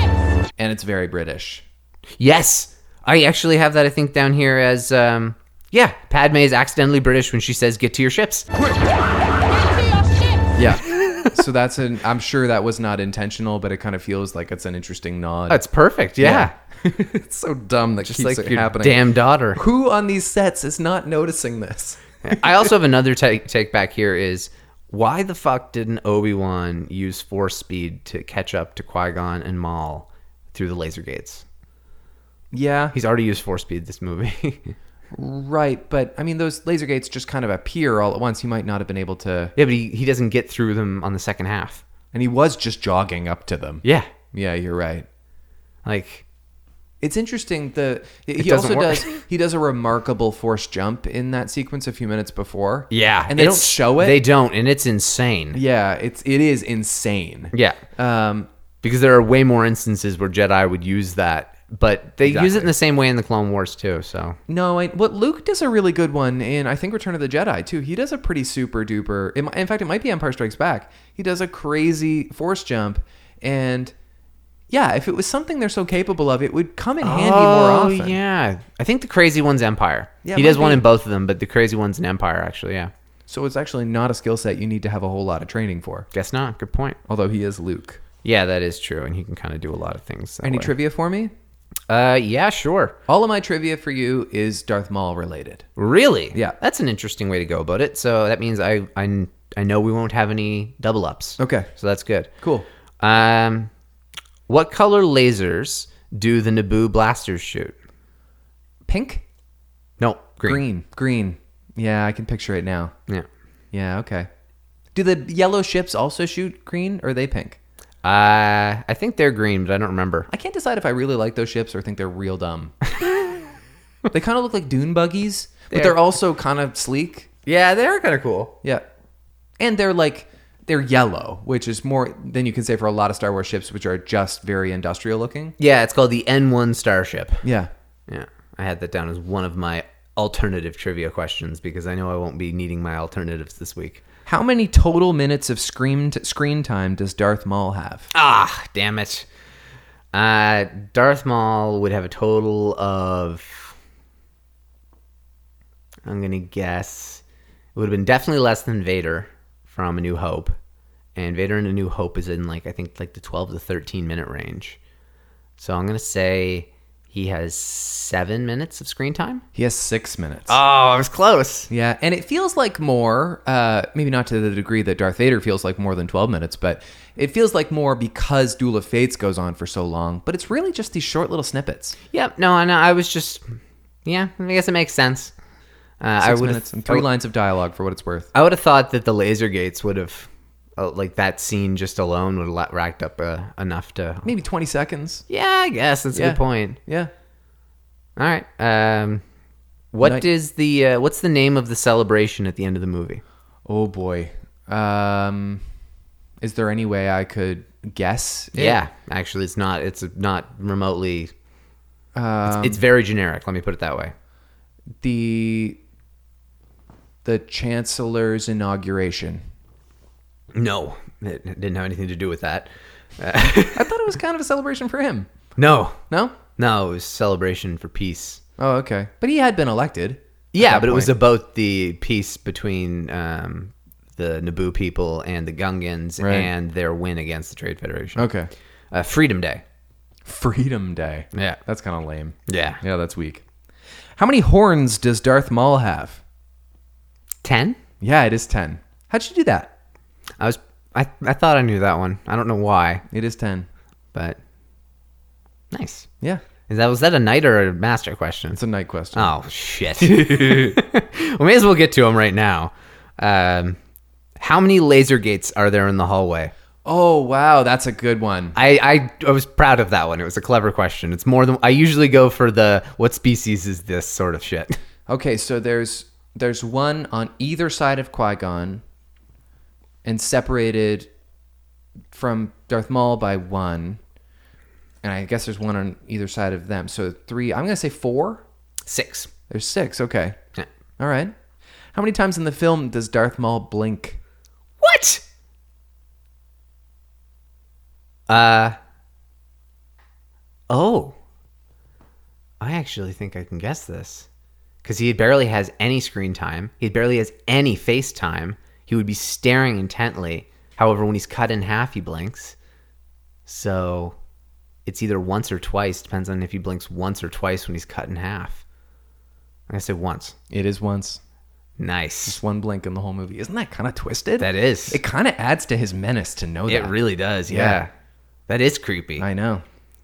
[SPEAKER 1] and it's very British.
[SPEAKER 2] And- yes i actually have that i think down here as um yeah padme is accidentally british when she says get to your ships
[SPEAKER 4] Get to your ships!
[SPEAKER 1] Yeah. so that's an. I'm sure that was not intentional, but it kind of feels like it's an interesting nod.
[SPEAKER 2] that's perfect yeah,
[SPEAKER 1] it's so dumb that
[SPEAKER 2] it's
[SPEAKER 1] keeps
[SPEAKER 2] like
[SPEAKER 1] it
[SPEAKER 2] your
[SPEAKER 1] happening.
[SPEAKER 2] damn daughter
[SPEAKER 1] Who on these sets is not noticing this?
[SPEAKER 2] I also have another take take back here is why the fuck didn't Obi Wan use force speed to catch up to Qui Gon and Maul through the laser gates?
[SPEAKER 1] Yeah,
[SPEAKER 2] He's already used force speed this movie. yeah,
[SPEAKER 1] right. But I mean, those laser gates just kind of appear all at once. He might not have been able to,
[SPEAKER 2] but he, he doesn't get through them on the second half.
[SPEAKER 1] and he was just jogging up to them.
[SPEAKER 2] Yeah,
[SPEAKER 1] yeah you're right.
[SPEAKER 2] like
[SPEAKER 1] It's interesting. The he also
[SPEAKER 2] doesn't work.
[SPEAKER 1] does he does a remarkable force jump in that sequence a few minutes before.
[SPEAKER 2] yeah,
[SPEAKER 1] and they don't
[SPEAKER 2] it's-
[SPEAKER 1] show it.
[SPEAKER 2] They don't, and it's insane.
[SPEAKER 1] yeah, it's it is insane.
[SPEAKER 2] Yeah,
[SPEAKER 1] Um,
[SPEAKER 2] because there are way more instances where Jedi would use that, but they use it in
[SPEAKER 1] Exactly.
[SPEAKER 2] the same way in the Clone Wars too. So
[SPEAKER 1] no, I, what Luke does a really good one in I think Return of the Jedi too. He does a pretty super duper. In, in fact, it might be Empire Strikes Back. He does a crazy force jump, and yeah, if it was something they're so capable of, it would come in handy more often.
[SPEAKER 2] Oh, yeah, I think the crazy one's Empire.
[SPEAKER 1] Yeah, it
[SPEAKER 2] he does
[SPEAKER 1] might
[SPEAKER 2] one
[SPEAKER 1] be.
[SPEAKER 2] in both of them, but the crazy one's in Empire actually. Yeah.
[SPEAKER 1] So it's actually not a skill set you need to have a whole lot of training for.
[SPEAKER 2] Guess not. Good point.
[SPEAKER 1] Although he is Luke.
[SPEAKER 2] Yeah, that is true, and he can kind of do a lot of things. that
[SPEAKER 1] Any
[SPEAKER 2] way.
[SPEAKER 1] trivia for me?
[SPEAKER 2] Uh, yeah, sure.
[SPEAKER 1] All of my trivia for you is Darth Maul related.
[SPEAKER 2] Really?
[SPEAKER 1] Yeah.
[SPEAKER 2] that's an interesting way to go about it. So that means I I, I know we won't have any double ups.
[SPEAKER 1] Okay.
[SPEAKER 2] so that's good.
[SPEAKER 1] Cool.
[SPEAKER 2] Um, what color lasers do the Naboo blasters shoot?
[SPEAKER 1] Pink?
[SPEAKER 2] No, green.
[SPEAKER 1] Green. Green. Yeah, I can picture it now.
[SPEAKER 2] Yeah.
[SPEAKER 1] Yeah, okay. Do the yellow ships also shoot green or are they pink?
[SPEAKER 2] Uh, I think they're green, but I don't remember.
[SPEAKER 1] I can't decide if I really like those ships or think they're real dumb. they kind of look like dune buggies, but they're also kind of sleek.
[SPEAKER 2] Yeah, they are kind of cool.
[SPEAKER 1] Yeah. And they're like they're yellow, which is more than you can say for a lot of Star Wars ships which are just very industrial looking.
[SPEAKER 2] Yeah, it's called the N1 starship.
[SPEAKER 1] Yeah.
[SPEAKER 2] Yeah, I had that down as one of my alternative trivia questions because I know I won't be needing my alternatives this week.
[SPEAKER 1] How many total minutes of screen screen time does Darth Maul have?
[SPEAKER 2] Ah, damn it. Uh, Darth Maul would have a total of. I'm going to guess. It would have been definitely less than Vader from A New Hope. And Vader in A New Hope is in, like, I think, like the 12 to 13 minute range. So I'm going to say he has seven minutes of screen time.
[SPEAKER 1] He has six minutes.
[SPEAKER 2] Oh, I was close.
[SPEAKER 1] Yeah, and it feels like more, uh, maybe not to the degree that Darth Vader feels like more than 12 minutes, but it feels like more because Duel of Fates goes on for so long. But it's really just these short little snippets.
[SPEAKER 2] Yep. No, I know. I was just. Yeah, I guess it makes sense. Uh, I
[SPEAKER 1] Six
[SPEAKER 2] would
[SPEAKER 1] minutes and three lines of dialogue for what it's worth.
[SPEAKER 2] I would have thought that the laser gates would have, uh, like that scene just alone would have la- racked up uh, enough to.
[SPEAKER 1] Maybe 20 seconds.
[SPEAKER 2] Yeah, I guess that's a
[SPEAKER 1] Yeah.
[SPEAKER 2] good point.
[SPEAKER 1] Yeah.
[SPEAKER 2] All right. Um, what
[SPEAKER 1] Night-
[SPEAKER 2] is the uh, what's the name of the celebration at the end of the movie?
[SPEAKER 1] Oh boy. Um, is there any way I could guess? it?
[SPEAKER 2] Yeah, actually, it's not. It's not remotely.
[SPEAKER 1] Um,
[SPEAKER 2] it's very generic. Let me put it that way.
[SPEAKER 1] the the chancellor's inauguration.
[SPEAKER 2] No, it it didn't have anything to do with that.
[SPEAKER 1] I thought it was kind of a celebration for him.
[SPEAKER 2] No,
[SPEAKER 1] No?
[SPEAKER 2] no, it was celebration for peace.
[SPEAKER 1] Oh, okay. But he had been elected.
[SPEAKER 2] Yeah,
[SPEAKER 1] that
[SPEAKER 2] but it was
[SPEAKER 1] point.
[SPEAKER 2] about the peace between um, the Naboo people and the Gungans
[SPEAKER 1] Right.
[SPEAKER 2] and their win against the Trade Federation.
[SPEAKER 1] Okay.
[SPEAKER 2] Uh, Freedom Day.
[SPEAKER 1] Freedom Day.
[SPEAKER 2] Yeah.
[SPEAKER 1] That's kind of lame.
[SPEAKER 2] Yeah.
[SPEAKER 1] Yeah, that's weak. How many horns does Darth Maul have?
[SPEAKER 2] 10?
[SPEAKER 1] Yeah, it is 10. How'd you do that?
[SPEAKER 2] I was I, I thought I knew that one. I don't know why,
[SPEAKER 1] It is 10.
[SPEAKER 2] but nice.
[SPEAKER 1] Yeah.
[SPEAKER 2] Is that was that a knight or a master question?
[SPEAKER 1] It's a night question.
[SPEAKER 2] Oh shit. we may as well get to them right now. Um, how many laser gates are there in the hallway?
[SPEAKER 1] Oh, wow. That's a good one.
[SPEAKER 2] I, I I was proud of that one. It was a clever question. It's more than I usually go for the what species is this sort of shit.
[SPEAKER 1] Okay, so there's there's one on either side of Qui-Gon and separated from Darth Maul by one. And I guess there's one on either side of them. So three, I'm going to say four.
[SPEAKER 2] Six.
[SPEAKER 1] There's six. Okay.
[SPEAKER 2] Yeah.
[SPEAKER 1] All right. How many times in the film does Darth Maul blink?
[SPEAKER 2] What? Uh Oh. I actually think I can guess this. Cuz he barely has any screen time. He barely has any face time. He would be staring intently. However, when he's cut in half, he blinks. So it's either once or twice, depends on if he blinks once or twice when he's cut in half. I'm going to say once.
[SPEAKER 1] It is once.
[SPEAKER 2] Nice.
[SPEAKER 1] It's one blink in the whole movie. Isn't that kind of twisted?
[SPEAKER 2] That is.
[SPEAKER 1] It kind of adds to his menace to know
[SPEAKER 2] It
[SPEAKER 1] that.
[SPEAKER 2] really does. Yeah.
[SPEAKER 1] Yeah.
[SPEAKER 2] That is creepy. I,
[SPEAKER 1] I know.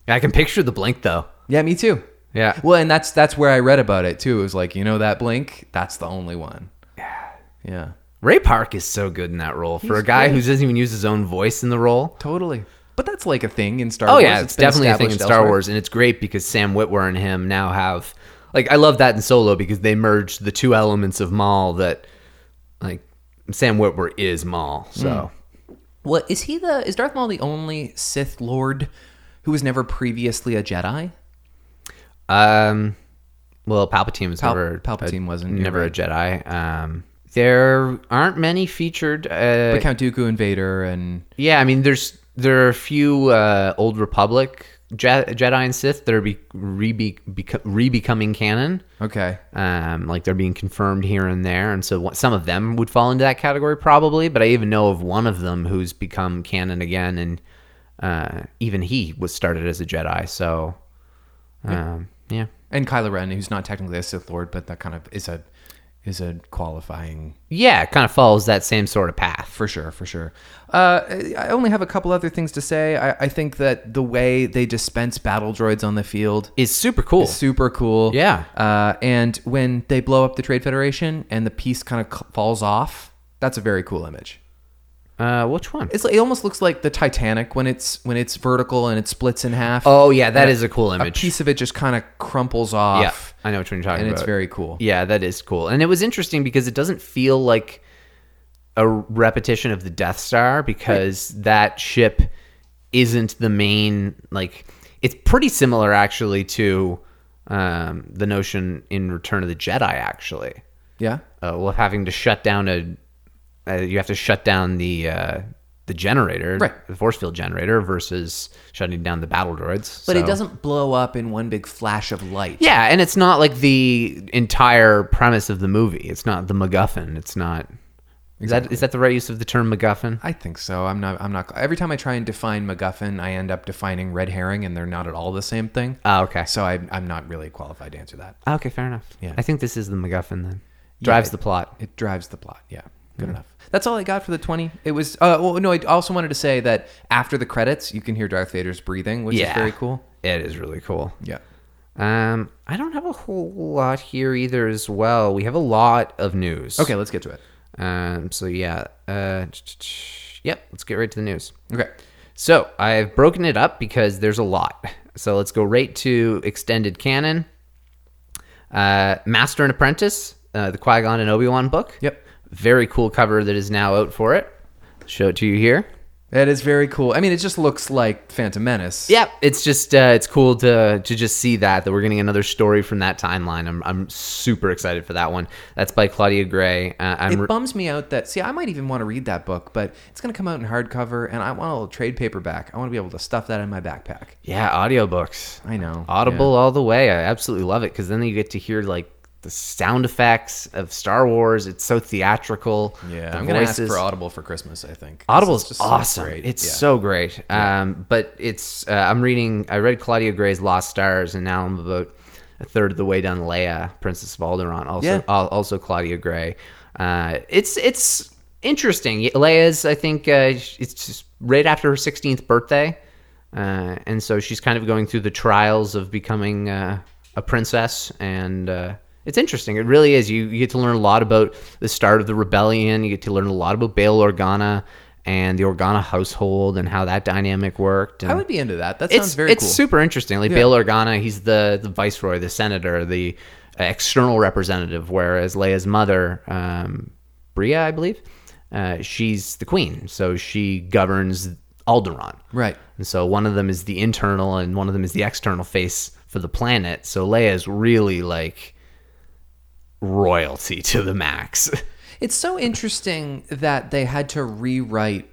[SPEAKER 2] can picture the blink though.
[SPEAKER 1] Yeah, me too.
[SPEAKER 2] Yeah.
[SPEAKER 1] Well, and that's that's where I read about it too. It was like, you know that blink? That's the only one. Yeah. Yeah.
[SPEAKER 2] Ray Park is so good in that role for a guy who doesn't even use his own voice in the role.
[SPEAKER 1] Totally. But that's like a thing in Star
[SPEAKER 2] Oh
[SPEAKER 1] Wars.
[SPEAKER 2] yeah, it's
[SPEAKER 1] been
[SPEAKER 2] definitely a thing in
[SPEAKER 1] established
[SPEAKER 2] Star
[SPEAKER 1] elsewhere.
[SPEAKER 2] Wars, and it's great because Sam Witwer and him now have like I love that in Solo because they merged the two elements of Maul that like Sam Witwer is Maul.
[SPEAKER 1] Hmm.
[SPEAKER 2] So
[SPEAKER 1] Well, is he the is Darth Maul the only Sith Lord who was never previously a Jedi?
[SPEAKER 2] um, well, Palpatine was
[SPEAKER 1] Pal-
[SPEAKER 2] never
[SPEAKER 1] Palpatine wasn't, you're
[SPEAKER 2] never a Jedi. Um, there aren't many featured. Uh,
[SPEAKER 1] But Count Dooku and Vader and
[SPEAKER 2] Yeah, I mean, there's there are a few uh, old Republic Je- Jedi and Sith that are be- re- be- beco- re-becoming canon.
[SPEAKER 1] okay.
[SPEAKER 2] Um, like they're being confirmed here and there, and so what, some of them would fall into that category probably. But I even know of one of them who's become canon again, and uh, even he was started as a Jedi. So, um, yeah,
[SPEAKER 1] And Kylo Ren, who's not technically a Sith Lord, but that kind of is a is a qualifying
[SPEAKER 2] yeah, it kind of follows that same sort of path.
[SPEAKER 1] for sure, for sure. Uh, I only have a couple other things to say. I, I think that the way they dispense battle droids on the field
[SPEAKER 2] Is super cool.
[SPEAKER 1] is super cool.
[SPEAKER 2] Yeah.
[SPEAKER 1] Uh, and when they blow up the Trade Federation and the piece kind of falls off, that's a very cool image.
[SPEAKER 2] uh, which one?
[SPEAKER 1] It's, it almost looks like the Titanic when it's when it's vertical and it splits in half.
[SPEAKER 2] oh yeah, that is a cool
[SPEAKER 1] a
[SPEAKER 2] image.
[SPEAKER 1] piece of it just kind of crumples
[SPEAKER 2] yeah,
[SPEAKER 1] off,
[SPEAKER 2] I know which one you're talking
[SPEAKER 1] and
[SPEAKER 2] about.
[SPEAKER 1] it's very cool.
[SPEAKER 2] Yeah, that is cool. And it was interesting because it doesn't feel like a repetition of the Death Star because that ship isn't the main like it's pretty similar actually to um, the notion in Return of the Jedi actually
[SPEAKER 1] Yeah.
[SPEAKER 2] uh, well having to shut down a uh, you have to shut down the uh, the generator,
[SPEAKER 1] Right.
[SPEAKER 2] the force field generator, versus shutting down the battle droids.
[SPEAKER 1] But it
[SPEAKER 2] So-
[SPEAKER 1] doesn't blow up in one big flash of light.
[SPEAKER 2] Yeah, and it's not like the entire premise of the movie. It's not the MacGuffin. It's not. Is that is that the right use of the term MacGuffin?
[SPEAKER 1] I think so. I'm not. I'm not. Every time I try and define MacGuffin, I end up defining red herring, and they're not at all the same thing.
[SPEAKER 2] Ah, okay.
[SPEAKER 1] So I, I'm not really qualified to answer that.
[SPEAKER 2] Ah, okay, fair enough.
[SPEAKER 1] Yeah.
[SPEAKER 2] I think this is the MacGuffin then. Drives
[SPEAKER 1] it-
[SPEAKER 2] the plot.
[SPEAKER 1] It drives the plot. Yeah, good enough. That's all I got for the twenty. It was. Uh, well, no. I also wanted to say that after the credits, you can hear Darth Vader's breathing, which
[SPEAKER 2] Yeah.
[SPEAKER 1] is very cool.
[SPEAKER 2] It is really cool.
[SPEAKER 1] Yeah.
[SPEAKER 2] Um, I don't have a whole lot here either as well. We have a lot of news.
[SPEAKER 1] Okay, let's get to it.
[SPEAKER 2] Um, so yeah. Uh, yep. Let's get right to the news.
[SPEAKER 1] Okay.
[SPEAKER 2] So I've broken it up because there's a lot. So let's go right to extended canon. Uh, Master and Apprentice, uh, the Qui Gon and Obi Wan book.
[SPEAKER 1] Yep.
[SPEAKER 2] Very cool cover that is now out for it. Show it to you here.
[SPEAKER 1] That is very cool. I mean, it just looks like Phantom Menace.
[SPEAKER 2] Yep, it's just uh, it's cool to to just see that that we're getting another story from that timeline. I'm I'm super excited for that one. That's by Claudia Gray. Uh, I'm
[SPEAKER 1] It
[SPEAKER 2] re-
[SPEAKER 1] bums me out that see, I might even want to read that book, but it's going to come out in hardcover, and I want a little trade paperback. I want to be able to stuff that in my backpack.
[SPEAKER 2] yeah, audiobooks.
[SPEAKER 1] I know.
[SPEAKER 2] Audible all the way. I absolutely love it because then you get to hear like the sound effects of Star Wars. It's so theatrical.
[SPEAKER 1] Yeah,
[SPEAKER 2] the
[SPEAKER 1] I'm gonna ask
[SPEAKER 2] voices.
[SPEAKER 1] for Audible for Christmas. I think 'cause
[SPEAKER 2] Audible's
[SPEAKER 1] it's just so
[SPEAKER 2] awesome.
[SPEAKER 1] great.
[SPEAKER 2] It's
[SPEAKER 1] Yeah.
[SPEAKER 2] so great. Um, but it's uh, I'm reading. I read Claudia Gray's Lost Stars, and now I'm about a third of the way down Leia, Princess of Alderaan. Also,
[SPEAKER 1] Yeah.
[SPEAKER 2] al- also Claudia Gray. Uh, it's it's interesting. Leia's I think uh, sh- it's just right after her 16th birthday, uh, and so she's kind of going through the trials of becoming uh, a princess and. Uh, it's interesting. It really is. You, you get to learn a lot about the start of the rebellion. You get to learn a lot about Bail Organa and the Organa household and how that dynamic worked. And
[SPEAKER 1] I would be into that. That
[SPEAKER 2] it's
[SPEAKER 1] sounds very
[SPEAKER 2] it's
[SPEAKER 1] cool.
[SPEAKER 2] super interesting. Like Bail Organa, he's the the viceroy, the senator, the uh, external representative. Whereas Leia's mother, um, Bria, I believe, uh, she's the queen, so she governs Alderaan.
[SPEAKER 1] right.
[SPEAKER 2] And so one of them is the internal, and one of them is the external face for the planet. So Leia's really like royalty to the max.
[SPEAKER 1] It's so interesting that they had to rewrite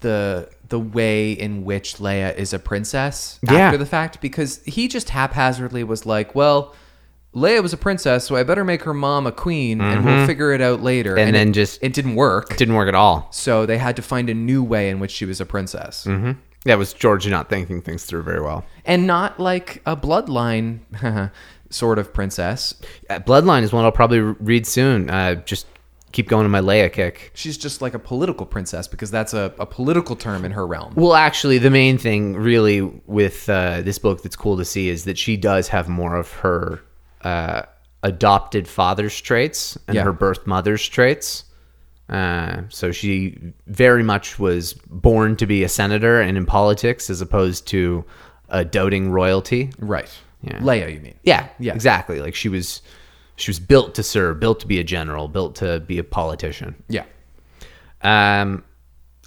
[SPEAKER 1] the the way in which Leia is a princess
[SPEAKER 2] Yeah.
[SPEAKER 1] after the fact because he just haphazardly was like, well, Leia was a princess, so I better make her mom a queen, and we'll figure it out later.
[SPEAKER 2] Mm-hmm. And then
[SPEAKER 1] it-
[SPEAKER 2] just-
[SPEAKER 1] it didn't work.
[SPEAKER 2] Didn't work at all.
[SPEAKER 1] so they had to find a new way in which she was a
[SPEAKER 2] Mm-hmm.
[SPEAKER 1] princess,
[SPEAKER 2] That was George not thinking things through very well.
[SPEAKER 1] and not like a bloodline sort of princess.
[SPEAKER 2] Uh, Bloodline is one I'll probably re- read soon. Uh, just keep going to my Leia kick.
[SPEAKER 1] She's just like a political princess because that's a, a political term in her realm.
[SPEAKER 2] Well, actually, the main thing really with uh, this book that's cool to see is that she does have more of her uh, adopted father's traits and
[SPEAKER 1] Yeah.
[SPEAKER 2] her birth mother's traits. Uh, so she very much was born to be a senator and in politics as opposed to a doting royalty.
[SPEAKER 1] Right.
[SPEAKER 2] Yeah.
[SPEAKER 1] Leia, you mean?
[SPEAKER 2] Yeah,
[SPEAKER 1] Yeah.
[SPEAKER 2] exactly. Like she was, she was built to serve, built to be a general, built to be a politician.
[SPEAKER 1] Yeah.
[SPEAKER 2] Um,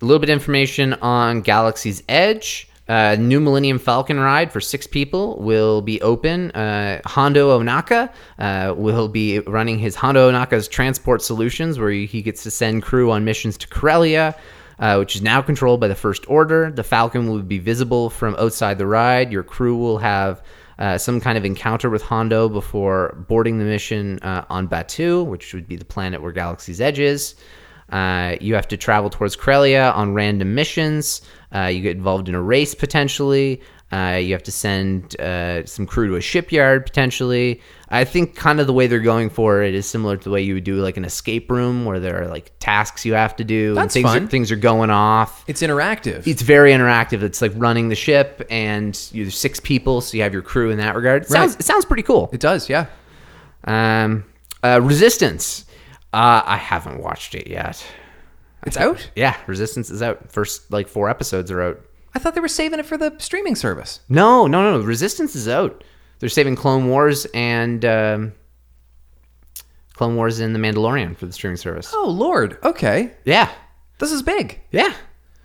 [SPEAKER 2] a little bit of information on Galaxy's Edge. Uh, new Millennium Falcon ride for six people will be open. Uh, Hondo Onaka uh, will be running his Hondo Onaka's Transport Solutions, where he gets to send crew on missions to Corellia, uh, which is now controlled by the First Order. The Falcon will be visible from outside the ride. Your crew will have uh, some kind of encounter with Hondo before boarding the mission uh, on Batu, which would be the planet where Galaxy's Edge is. Uh, you have to travel towards Corellia on random missions. Uh, you get involved in a race potentially. Uh, you have to send uh, some crew to a shipyard potentially. I think kind of the way they're going for it is similar to the way you would do like an escape room where there are like tasks you have to do. and
[SPEAKER 1] That's
[SPEAKER 2] things Are,
[SPEAKER 1] fun.
[SPEAKER 2] things are going off.
[SPEAKER 1] It's interactive.
[SPEAKER 2] It's very interactive. It's like running the ship, and you're six people, so you have your crew in that regard. It
[SPEAKER 1] Right.
[SPEAKER 2] Sounds it sounds pretty cool.
[SPEAKER 1] it does, yeah.
[SPEAKER 2] Um, uh, Resistance. Uh, I haven't watched it yet.
[SPEAKER 1] It's out?
[SPEAKER 2] Yeah, Resistance is out. First, like four episodes are out.
[SPEAKER 1] I thought they were saving it for the streaming service.
[SPEAKER 2] No, no, no, no. Resistance is out. They're saving Clone Wars and um, Clone Wars and The Mandalorian for the streaming service.
[SPEAKER 1] Oh, Lord. Okay.
[SPEAKER 2] Yeah,
[SPEAKER 1] This is big.
[SPEAKER 2] yeah.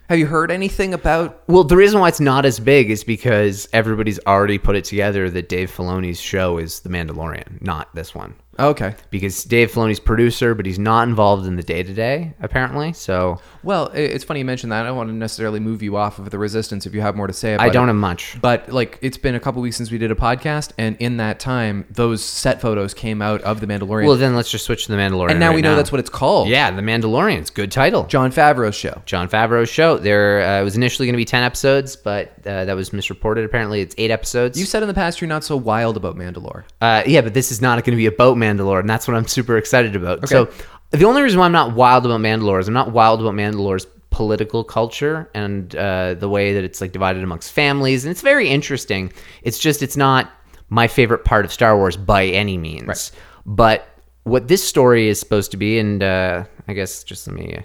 [SPEAKER 1] Have you heard anything about.
[SPEAKER 2] Well, the reason why it's not as big is because everybody's already put it together that Dave Filoni's show is The Mandalorian, not this one.
[SPEAKER 1] Okay.
[SPEAKER 2] because Dave Filoni's producer, but he's not involved in the day to day apparently. So
[SPEAKER 1] Well, i- it's funny you mentioned that. I don't want to necessarily move you off of the resistance if you have more to say about
[SPEAKER 2] I don't
[SPEAKER 1] it.
[SPEAKER 2] have much.
[SPEAKER 1] But like it's been a couple weeks since we did a podcast and in that time those set photos came out of The Mandalorian.
[SPEAKER 2] Well, then let's just switch to the Mandalorian.
[SPEAKER 1] and now
[SPEAKER 2] right
[SPEAKER 1] we know that's what it's called.
[SPEAKER 2] Yeah, the Mandalorian's good title. John,
[SPEAKER 1] John Favreau's show.
[SPEAKER 2] Favreau's show. There uh, it was initially going to be ten episodes, but uh, that was misreported. Apparently, it's eight episodes.
[SPEAKER 1] You said in the past you're not so wild about Mandalore.
[SPEAKER 2] Uh, yeah, but this is not going to be about Mandalore, and that's what I'm super excited about. So the only reason why I'm not wild about Mandalore is I'm not wild about Mandalore's political culture and uh, the way that it's like divided amongst families, and it's very interesting. It's just it's not my favorite part of Star Wars by any means. But what this story is supposed to be, and uh, I guess just let me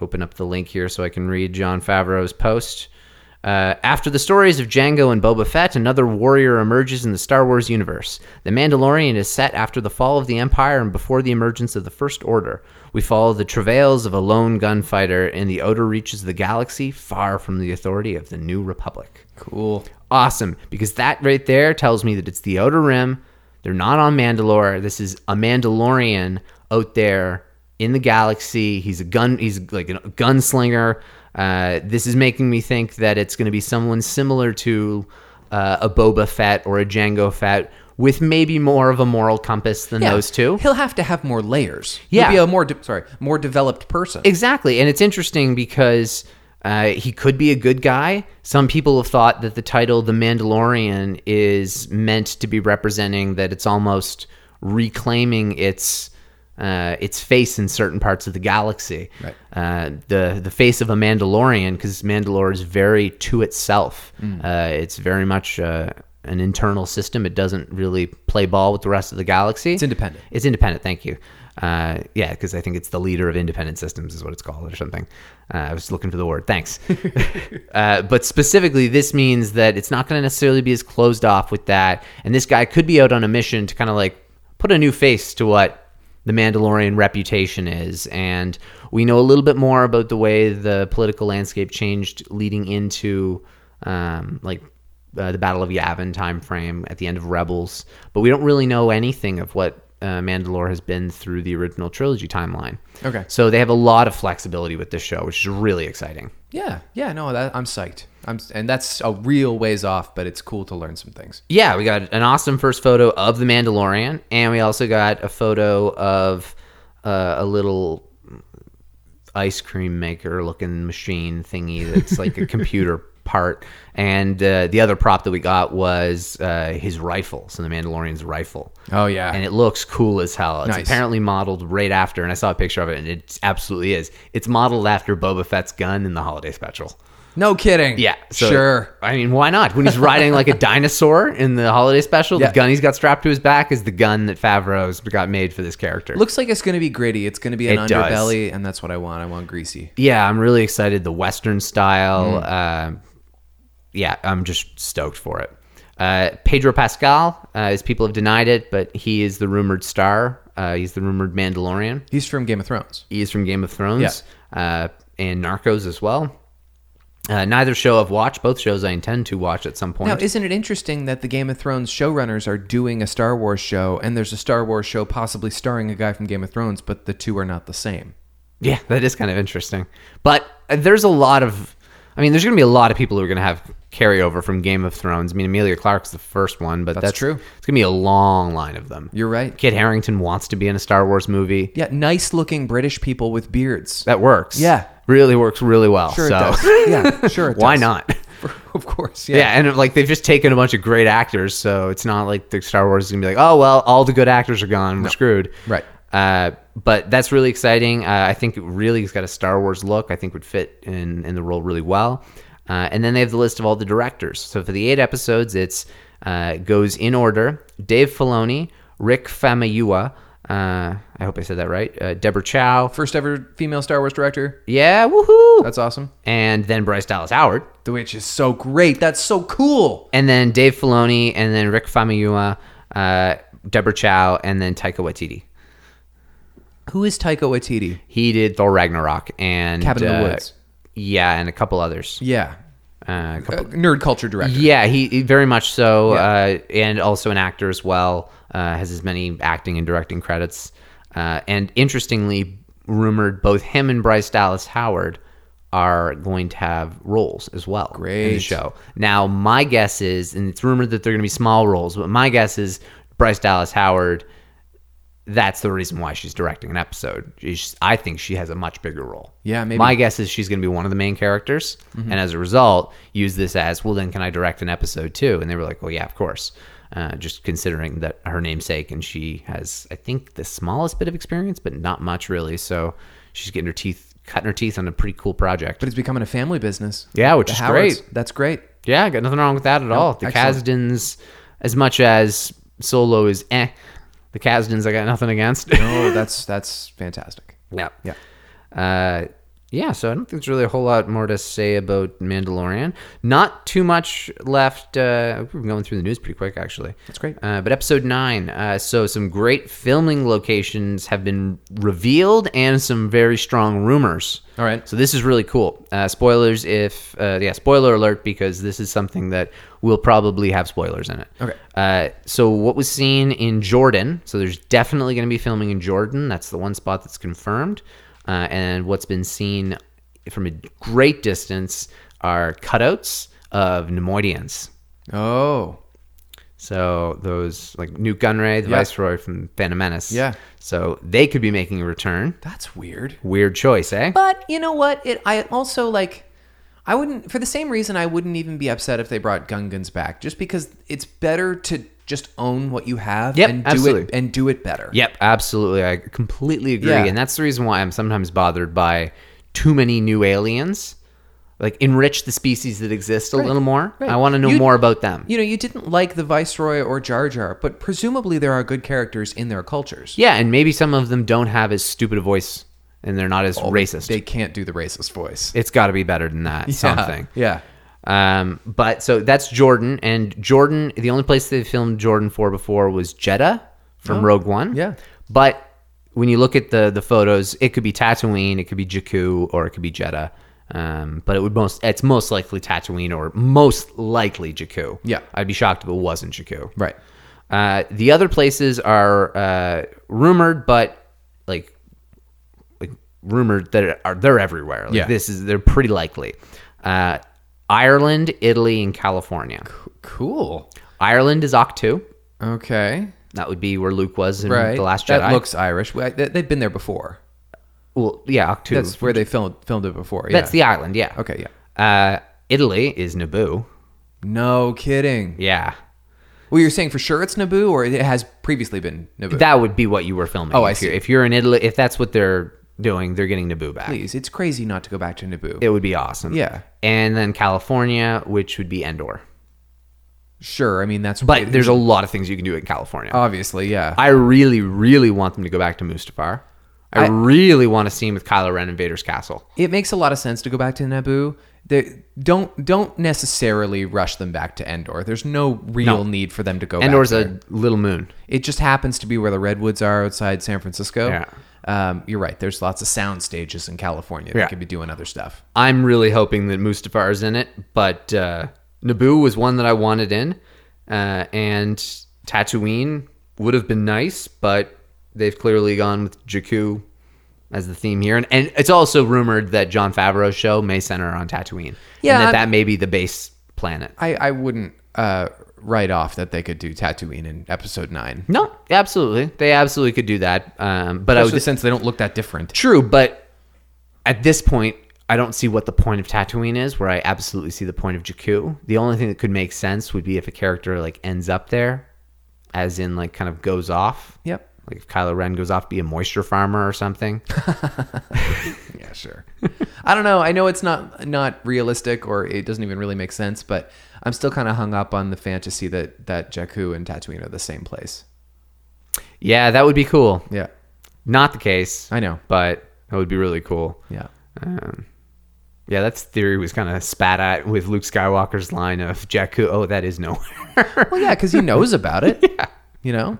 [SPEAKER 2] open up the link here so I can read John Favreau's post. Uh, after the stories of Django and Boba Fett, another warrior emerges in the Star Wars universe. The Mandalorian is set after the fall of the Empire and before the emergence of the First Order. We follow the travails of a lone gunfighter, and the odor reaches the galaxy far from the authority of the New Republic.
[SPEAKER 1] Cool.
[SPEAKER 2] Awesome, because that right there tells me that it's the Outer Rim. They're not on Mandalore. This is a Mandalorian out there in the galaxy. He's a gun. He's like a gunslinger. Uh, this is making me think that it's going to be someone similar to uh, a Boba Fett or a Django Fett, with maybe more of a moral compass than those two.
[SPEAKER 1] He'll have to have more layers.
[SPEAKER 2] Yeah.
[SPEAKER 1] He'll be a more de- sorry, more developed person.
[SPEAKER 2] Exactly, and it's interesting because uh, he could be a good guy. Some people have thought that the title "The Mandalorian" is meant to be representing that it's almost reclaiming its uh, its face in certain parts of the galaxy.
[SPEAKER 1] Right.
[SPEAKER 2] Uh, the the face of a Mandalorian because Mandalore is very to itself.
[SPEAKER 1] Mm.
[SPEAKER 2] Uh, it's very much. Uh, an internal system. It doesn't really play ball with the rest of the galaxy. It's
[SPEAKER 1] independent.
[SPEAKER 2] it's independent. Thank you. Uh, yeah, because I think it's the leader of independent systems is what it's called or something. Uh, I was looking for the word. Thanks. uh, but specifically, this means that it's not going to necessarily be as closed off with that. And this guy could be out on a mission to kind of like put a new face to what the Mandalorian reputation is. And we know a little bit more about the way the political landscape changed leading into um, like uh, the Battle of Yavin time frame at the end of Rebels, but we don't really know anything of what uh, Mandalore has been through the original trilogy timeline.
[SPEAKER 1] Okay.
[SPEAKER 2] so they have a lot of flexibility with this show, which is really exciting.
[SPEAKER 1] Yeah. Yeah, no, that, I'm psyched. I'm and that's a real ways off, but it's cool to learn some things.
[SPEAKER 2] Yeah, we got an awesome first photo of the Mandalorian, and we also got a photo of uh, a little ice cream maker looking machine thingy that's like a computer part. And uh, the other prop that we got was uh, his rifle, so the Mandalorian's rifle.
[SPEAKER 1] Oh, yeah.
[SPEAKER 2] and it looks cool as hell. It's
[SPEAKER 1] Nice.
[SPEAKER 2] apparently modeled right after, and I saw a picture of it, and it absolutely is. It's modeled after Boba Fett's gun in the holiday special.
[SPEAKER 1] No kidding.
[SPEAKER 2] Yeah, so-
[SPEAKER 1] sure.
[SPEAKER 2] I mean, why not? When he's riding like a dinosaur in the holiday special,
[SPEAKER 1] Yeah.
[SPEAKER 2] the gun he's got strapped to his back is the gun that Favreau's got made for this character.
[SPEAKER 1] Looks like it's going to be gritty. It's going to be an
[SPEAKER 2] It does.
[SPEAKER 1] underbelly, and that's what I want. I want greasy.
[SPEAKER 2] yeah, I'm really excited. The Western style.
[SPEAKER 1] Mm.
[SPEAKER 2] um yeah, I'm just stoked for it. Uh, Pedro Pascal, uh, his people have denied it, but he is the rumored star. Uh, he's the rumored Mandalorian.
[SPEAKER 1] He's from Game of Thrones.
[SPEAKER 2] He is from Game of Thrones uh, and Narcos as well. Uh, neither show I've watched. Both shows I intend to watch at some point.
[SPEAKER 1] Now, isn't it interesting that the Game of Thrones showrunners are doing a Star Wars show, and there's a Star Wars show possibly starring a guy from Game of Thrones, but the two are not the same?
[SPEAKER 2] Yeah, that is kind of interesting. But uh, there's a lot of, I mean, there's going to be a lot of people who are going to have carryover from Game of Thrones. I mean, Amelia Clark's the first one, but that's,
[SPEAKER 1] true.
[SPEAKER 2] It's going to be a long line of them.
[SPEAKER 1] You're right.
[SPEAKER 2] Kid Harrington wants to be in a Star Wars movie.
[SPEAKER 1] Yeah, nice looking British people with beards.
[SPEAKER 2] That works.
[SPEAKER 1] Yeah.
[SPEAKER 2] really works really well.
[SPEAKER 1] sure
[SPEAKER 2] so
[SPEAKER 1] it does. Yeah, sure it
[SPEAKER 2] why
[SPEAKER 1] does.
[SPEAKER 2] not?
[SPEAKER 1] of course.
[SPEAKER 2] Yeah. and like they've just taken a bunch of great actors, so it's not like the Star Wars is gonna be like, oh well, all the good actors are gone, we're screwed.
[SPEAKER 1] Right.
[SPEAKER 2] Uh, but that's really exciting. Uh, I think it really has got a Star Wars look. I think would fit in in the role really well. Uh, and then they have the list of all the directors. So for the eight episodes, it's uh, goes in order: Dave Filoni, Rick Famuyiwa. Uh, I hope I said that right. Uh, Deborah Chow.
[SPEAKER 1] First ever female Star Wars director.
[SPEAKER 2] Yeah, woohoo!
[SPEAKER 1] That's awesome.
[SPEAKER 2] and then Bryce Dallas Howard.
[SPEAKER 1] The Witch is so great. That's so cool.
[SPEAKER 2] and then Dave Filoni, and then Rick Famuyiwa, uh, Deborah Chow, and then Taika Waititi.
[SPEAKER 1] Who is Taika Waititi?
[SPEAKER 2] He did Thor Ragnarok and
[SPEAKER 1] Cabin in the
[SPEAKER 2] uh,
[SPEAKER 1] Woods.
[SPEAKER 2] Yeah, and a couple others.
[SPEAKER 1] Yeah.
[SPEAKER 2] uh, couple,
[SPEAKER 1] Uh, nerd culture director.
[SPEAKER 2] yeah, he, he very much so,
[SPEAKER 1] Yeah.
[SPEAKER 2] uh, and also an actor as well. Uh, has as many acting and directing credits, uh, and interestingly, rumored both him and Bryce Dallas Howard are going to have roles as well in the
[SPEAKER 1] Great.
[SPEAKER 2] show. Now, my guess is, and it's rumored that they're going to be small roles, but my guess is Bryce Dallas Howard. That's the reason why she's directing an episode. She's, I think she has a much bigger role.
[SPEAKER 1] Yeah, maybe.
[SPEAKER 2] My guess is she's going to be one of the main characters,
[SPEAKER 1] Mm-hmm.
[SPEAKER 2] and as a result, use this as well. Then can I direct an episode too? And they were like, well, yeah, of course. Uh, just considering that her namesake and she has, I think, the smallest bit of experience, but not much really. So she's getting her teeth, cutting her teeth on a pretty cool project.
[SPEAKER 1] But it's becoming a family business.
[SPEAKER 2] Yeah, which
[SPEAKER 1] The
[SPEAKER 2] is
[SPEAKER 1] Howards.
[SPEAKER 2] great.
[SPEAKER 1] That's great.
[SPEAKER 2] Yeah, got nothing wrong with that at all. The
[SPEAKER 1] excellent.
[SPEAKER 2] Kazdans, as much as Solo is eh, the Kazdans I got nothing against.
[SPEAKER 1] Oh, that's that's fantastic.
[SPEAKER 2] yeah.
[SPEAKER 1] Yeah.
[SPEAKER 2] Uh, yeah, so I don't think there's really a whole lot more to say about Mandalorian. Not too much left. Uh, we're going through the news pretty quick, actually.
[SPEAKER 1] That's great.
[SPEAKER 2] Uh, but episode nine. Uh, so some great filming locations have been revealed, and some very strong rumors.
[SPEAKER 1] All right.
[SPEAKER 2] So this is really cool. Uh, spoilers, if uh, yeah, spoiler alert, because this is something that will probably have spoilers in it.
[SPEAKER 1] Okay.
[SPEAKER 2] Uh, so what was seen in Jordan? So there's definitely going to be filming in Jordan. That's the one spot that's confirmed. Uh, and what's been seen from a great distance are cutouts of Nemoidians.
[SPEAKER 1] Oh,
[SPEAKER 2] So those like Newt Gunray, the
[SPEAKER 1] Yeah.
[SPEAKER 2] Viceroy from Phantom Menace.
[SPEAKER 1] Yeah.
[SPEAKER 2] So they could be making a return.
[SPEAKER 1] that's weird.
[SPEAKER 2] Weird choice, eh?
[SPEAKER 1] But you know what? It I also like I wouldn't for the same reason I wouldn't even be upset if they brought Gungans back just because it's better to just own what you have
[SPEAKER 2] Yep,
[SPEAKER 1] and do it
[SPEAKER 2] absolutely.
[SPEAKER 1] and do it better.
[SPEAKER 2] Yep, absolutely. I completely agree.
[SPEAKER 1] Yeah.
[SPEAKER 2] And that's the reason why I'm sometimes bothered by too many new aliens. Like enrich the species that exist a little more.
[SPEAKER 1] right.
[SPEAKER 2] I want to know
[SPEAKER 1] You-
[SPEAKER 2] more about them.
[SPEAKER 1] You know, you didn't like the Viceroy or Jar Jar, but presumably there are good characters in their cultures.
[SPEAKER 2] yeah, and maybe some of them don't have as stupid a voice and they're not as racist.
[SPEAKER 1] They can't do the racist voice.
[SPEAKER 2] it's got to be better than that. Something.
[SPEAKER 1] Yeah.
[SPEAKER 2] Um, but so that's Jordan, and Jordan. The only place they filmed Jordan for before was Jeddah from Rogue One.
[SPEAKER 1] Oh, yeah.
[SPEAKER 2] but when you look at the the photos, it could be Tatooine, it could be Jakku, or it could be Jeddah. Um, but it would most it's most likely Tatooine or most likely Jakku.
[SPEAKER 1] Yeah.
[SPEAKER 2] I'd be shocked if it wasn't Jakku.
[SPEAKER 1] Right.
[SPEAKER 2] Uh, the other places are uh, rumored, but like like rumored that are they're everywhere. Like,
[SPEAKER 1] Yeah.
[SPEAKER 2] this is they're pretty likely. Uh, Ireland, Italy, and California.
[SPEAKER 1] Cool.
[SPEAKER 2] Ireland is Octu.
[SPEAKER 1] Okay.
[SPEAKER 2] That would be where Luke was in
[SPEAKER 1] Right.
[SPEAKER 2] Mm, the Last Jedi.
[SPEAKER 1] That looks Irish. Well, they- They've been there before.
[SPEAKER 2] well, yeah, Octu.
[SPEAKER 1] That's where they filmed filmed it before. Yeah.
[SPEAKER 2] That's the island. Yeah.
[SPEAKER 1] Okay, yeah.
[SPEAKER 2] Uh, Italy is Naboo.
[SPEAKER 1] No kidding.
[SPEAKER 2] Yeah,
[SPEAKER 1] Well, you're saying for sure it's Naboo, or it has previously been Naboo.
[SPEAKER 2] that would be what you were filming.
[SPEAKER 1] Oh, I
[SPEAKER 2] If you're-
[SPEAKER 1] see.
[SPEAKER 2] If you're in Italy, if that's what they're doing, they're getting Naboo back.
[SPEAKER 1] Please, it's crazy not to go back to Naboo.
[SPEAKER 2] It would be awesome.
[SPEAKER 1] Yeah.
[SPEAKER 2] And then California, which would be Endor.
[SPEAKER 1] sure, I mean that's
[SPEAKER 2] But there's a lot of things you can do in California.
[SPEAKER 1] obviously yeah.
[SPEAKER 2] I really, really want them to go back to Mustafar. I,
[SPEAKER 1] I-
[SPEAKER 2] really want a scene with Kylo Ren in Vader's castle.
[SPEAKER 1] it makes a lot of sense to go back to Naboo. They don't don't necessarily rush them back to Endor. There's no real
[SPEAKER 2] No.
[SPEAKER 1] need for them to go.
[SPEAKER 2] Endor's
[SPEAKER 1] back there.
[SPEAKER 2] a little moon.
[SPEAKER 1] It just happens to be where the redwoods are outside San Francisco.
[SPEAKER 2] Yeah.
[SPEAKER 1] Um, you're right. There's lots of sound stages in California that
[SPEAKER 2] Yeah.
[SPEAKER 1] could be doing other stuff.
[SPEAKER 2] I'm really hoping that Mustafar is in it, but uh, Naboo was one that I wanted in, uh, and Tatooine would have been nice, but they've clearly gone with Jakku as the theme here, and, and it's also rumored that John Favreau's show may center on Tatooine,
[SPEAKER 1] Yeah,
[SPEAKER 2] and that
[SPEAKER 1] I'm-
[SPEAKER 2] that may be the base planet.
[SPEAKER 1] I I wouldn't uh, write off that they could do Tatooine in Episode Nine,
[SPEAKER 2] No, absolutely, they absolutely could do that, um, but I
[SPEAKER 1] especially
[SPEAKER 2] would
[SPEAKER 1] since they don't look that different.
[SPEAKER 2] True, but at this point, I don't see what the point of Tatooine is. Where I absolutely see the point of Jakku. The only thing that could make sense would be if a character like ends up there, as in like kind of goes off.
[SPEAKER 1] Yep.
[SPEAKER 2] Like if Kylo Ren goes off to be a moisture farmer or something.
[SPEAKER 1] Yeah, sure. I don't know. I know it's not not realistic, or it doesn't even really make sense. But I'm still kind of hung up on the fantasy that that Jakku and Tatooine are the same place.
[SPEAKER 2] yeah, that would be cool.
[SPEAKER 1] Yeah,
[SPEAKER 2] Not the case.
[SPEAKER 1] I know.
[SPEAKER 2] but that would be really cool.
[SPEAKER 1] yeah,
[SPEAKER 2] Um, yeah, that's theory was kind of spat at with Luke Skywalker's line of Jakku. Oh, that is nowhere.
[SPEAKER 1] well, yeah, because he knows about it. you know,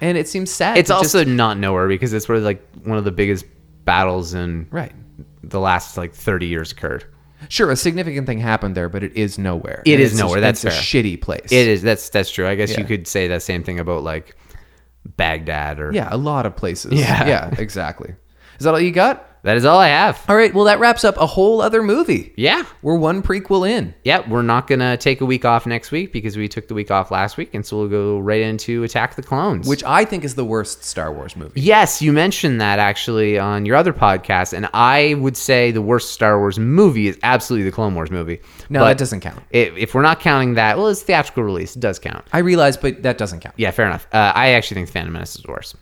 [SPEAKER 1] and it seems sad.
[SPEAKER 2] it's
[SPEAKER 1] to
[SPEAKER 2] also
[SPEAKER 1] just-
[SPEAKER 2] not nowhere because it's where like one of the biggest battles in
[SPEAKER 1] right.
[SPEAKER 2] the last like 30 years occurred
[SPEAKER 1] Sure, a significant thing happened there, but it is nowhere.
[SPEAKER 2] It
[SPEAKER 1] And
[SPEAKER 2] is
[SPEAKER 1] it's a-
[SPEAKER 2] nowhere, that's
[SPEAKER 1] it's a
[SPEAKER 2] fair.
[SPEAKER 1] shitty place.
[SPEAKER 2] It is. That's that's true. I guess
[SPEAKER 1] Yeah.
[SPEAKER 2] you could say that same thing about like Baghdad or
[SPEAKER 1] Yeah, a lot of places.
[SPEAKER 2] Yeah.
[SPEAKER 1] yeah, exactly. Is that all you got?
[SPEAKER 2] That is all I have.
[SPEAKER 1] All right. Well, that wraps up a whole other movie.
[SPEAKER 2] Yeah.
[SPEAKER 1] We're one prequel in.
[SPEAKER 2] Yeah, we're not going to take a week off next week because we took the week off last week and so we'll go right into Attack the Clones.
[SPEAKER 1] which I think is the worst Star Wars movie.
[SPEAKER 2] Yes, you mentioned that actually on your other podcast, and I would say the worst Star Wars movie is absolutely the Clone Wars movie.
[SPEAKER 1] No,
[SPEAKER 2] But
[SPEAKER 1] that doesn't count.
[SPEAKER 2] i- if we're not counting that, well, it's theatrical release. It does count.
[SPEAKER 1] I realize, but that doesn't count.
[SPEAKER 2] Yeah, fair enough. Uh, I actually think Phantom Menace is worse.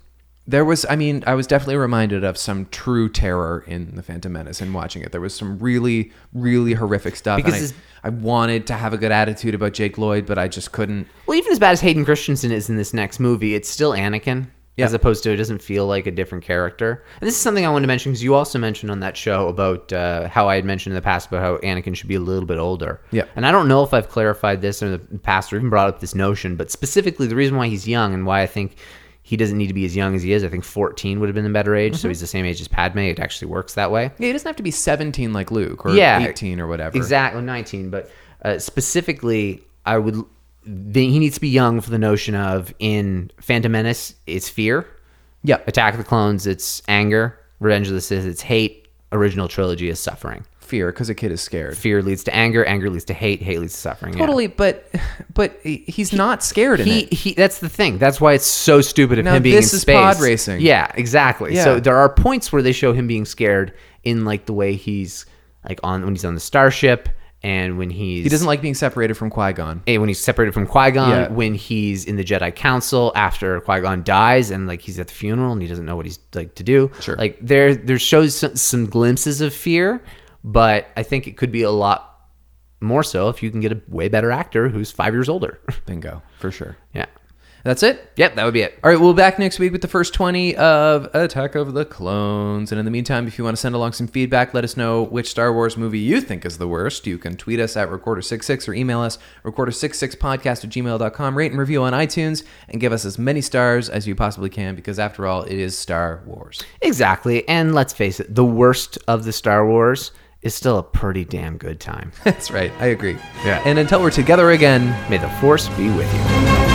[SPEAKER 1] There was, I mean, I was definitely reminded of some true terror in The Phantom Menace and watching it. There was some really, really horrific stuff.
[SPEAKER 2] Because
[SPEAKER 1] and
[SPEAKER 2] it's-
[SPEAKER 1] I, I wanted to have a good attitude about Jake Lloyd, but I just couldn't.
[SPEAKER 2] Well, even as bad as Hayden Christensen is in this next movie, it's still Anakin.
[SPEAKER 1] Yeah.
[SPEAKER 2] As opposed to it doesn't feel like a different character. And this is something I wanted to mention because you also mentioned on that show about uh, how I had mentioned in the past about how Anakin should be a little bit older.
[SPEAKER 1] Yeah.
[SPEAKER 2] And I don't know if I've clarified this in the past or even brought up this notion, but specifically the reason why he's young and why I think he doesn't need to be as young as he is. I think 14 would have been the better
[SPEAKER 1] Mm-hmm.
[SPEAKER 2] age. So he's the same age as Padme. It actually works that way.
[SPEAKER 1] Yeah, he doesn't have to be 17 like Luke or 18 or whatever.
[SPEAKER 2] Exactly, 19. But uh, specifically, I would. Then he needs to be young for the notion of in Phantom Menace, it's fear.
[SPEAKER 1] Yeah.
[SPEAKER 2] Attack of the Clones, it's anger. Revenge of the Sith, it's hate. Original trilogy is suffering.
[SPEAKER 1] Fear, because a kid is scared.
[SPEAKER 2] Fear leads to anger. Anger leads to hate. Hate leads to suffering. yeah.
[SPEAKER 1] Totally, but but he- he's not scared in
[SPEAKER 2] He,
[SPEAKER 1] it.
[SPEAKER 2] he that's the thing. That's why it's so stupid of
[SPEAKER 1] Now,
[SPEAKER 2] him being
[SPEAKER 1] this
[SPEAKER 2] in
[SPEAKER 1] is
[SPEAKER 2] space.
[SPEAKER 1] pod racing.
[SPEAKER 2] Yeah, exactly.
[SPEAKER 1] Yeah.
[SPEAKER 2] So there are points where they show him being scared in like the way he's like on when he's on the starship and when he's
[SPEAKER 1] He doesn't like being separated from Qui Gon.
[SPEAKER 2] Eh, when he's separated from Qui Gon,
[SPEAKER 1] Yeah.
[SPEAKER 2] when he's in the Jedi Council after Qui Gon dies, and like he's at the funeral and he doesn't know what he's like to do.
[SPEAKER 1] Sure.
[SPEAKER 2] like there there shows some, some glimpses of fear, but I think it could be a lot more so if you can get a way better actor who's five years older.
[SPEAKER 1] Bingo, for sure.
[SPEAKER 2] yeah,
[SPEAKER 1] That's it.
[SPEAKER 2] yep, that would be it.
[SPEAKER 1] All right, we'll be back next week with the first 20 of Attack of the Clones. And in the meantime, if you want to send along some feedback, let us know which Star Wars movie you think is the worst. You can tweet us at Recorder66 or email us Recorder66podcast at gmail.com. Rate and review on iTunes and give us as many stars as you possibly can because, after all, it is Star Wars.
[SPEAKER 2] Exactly, and let's face it, the worst of the Star Wars is still a pretty damn good time.
[SPEAKER 1] That's right. I agree.
[SPEAKER 2] Yeah.
[SPEAKER 1] And until we're together again,
[SPEAKER 2] May the Force be with you.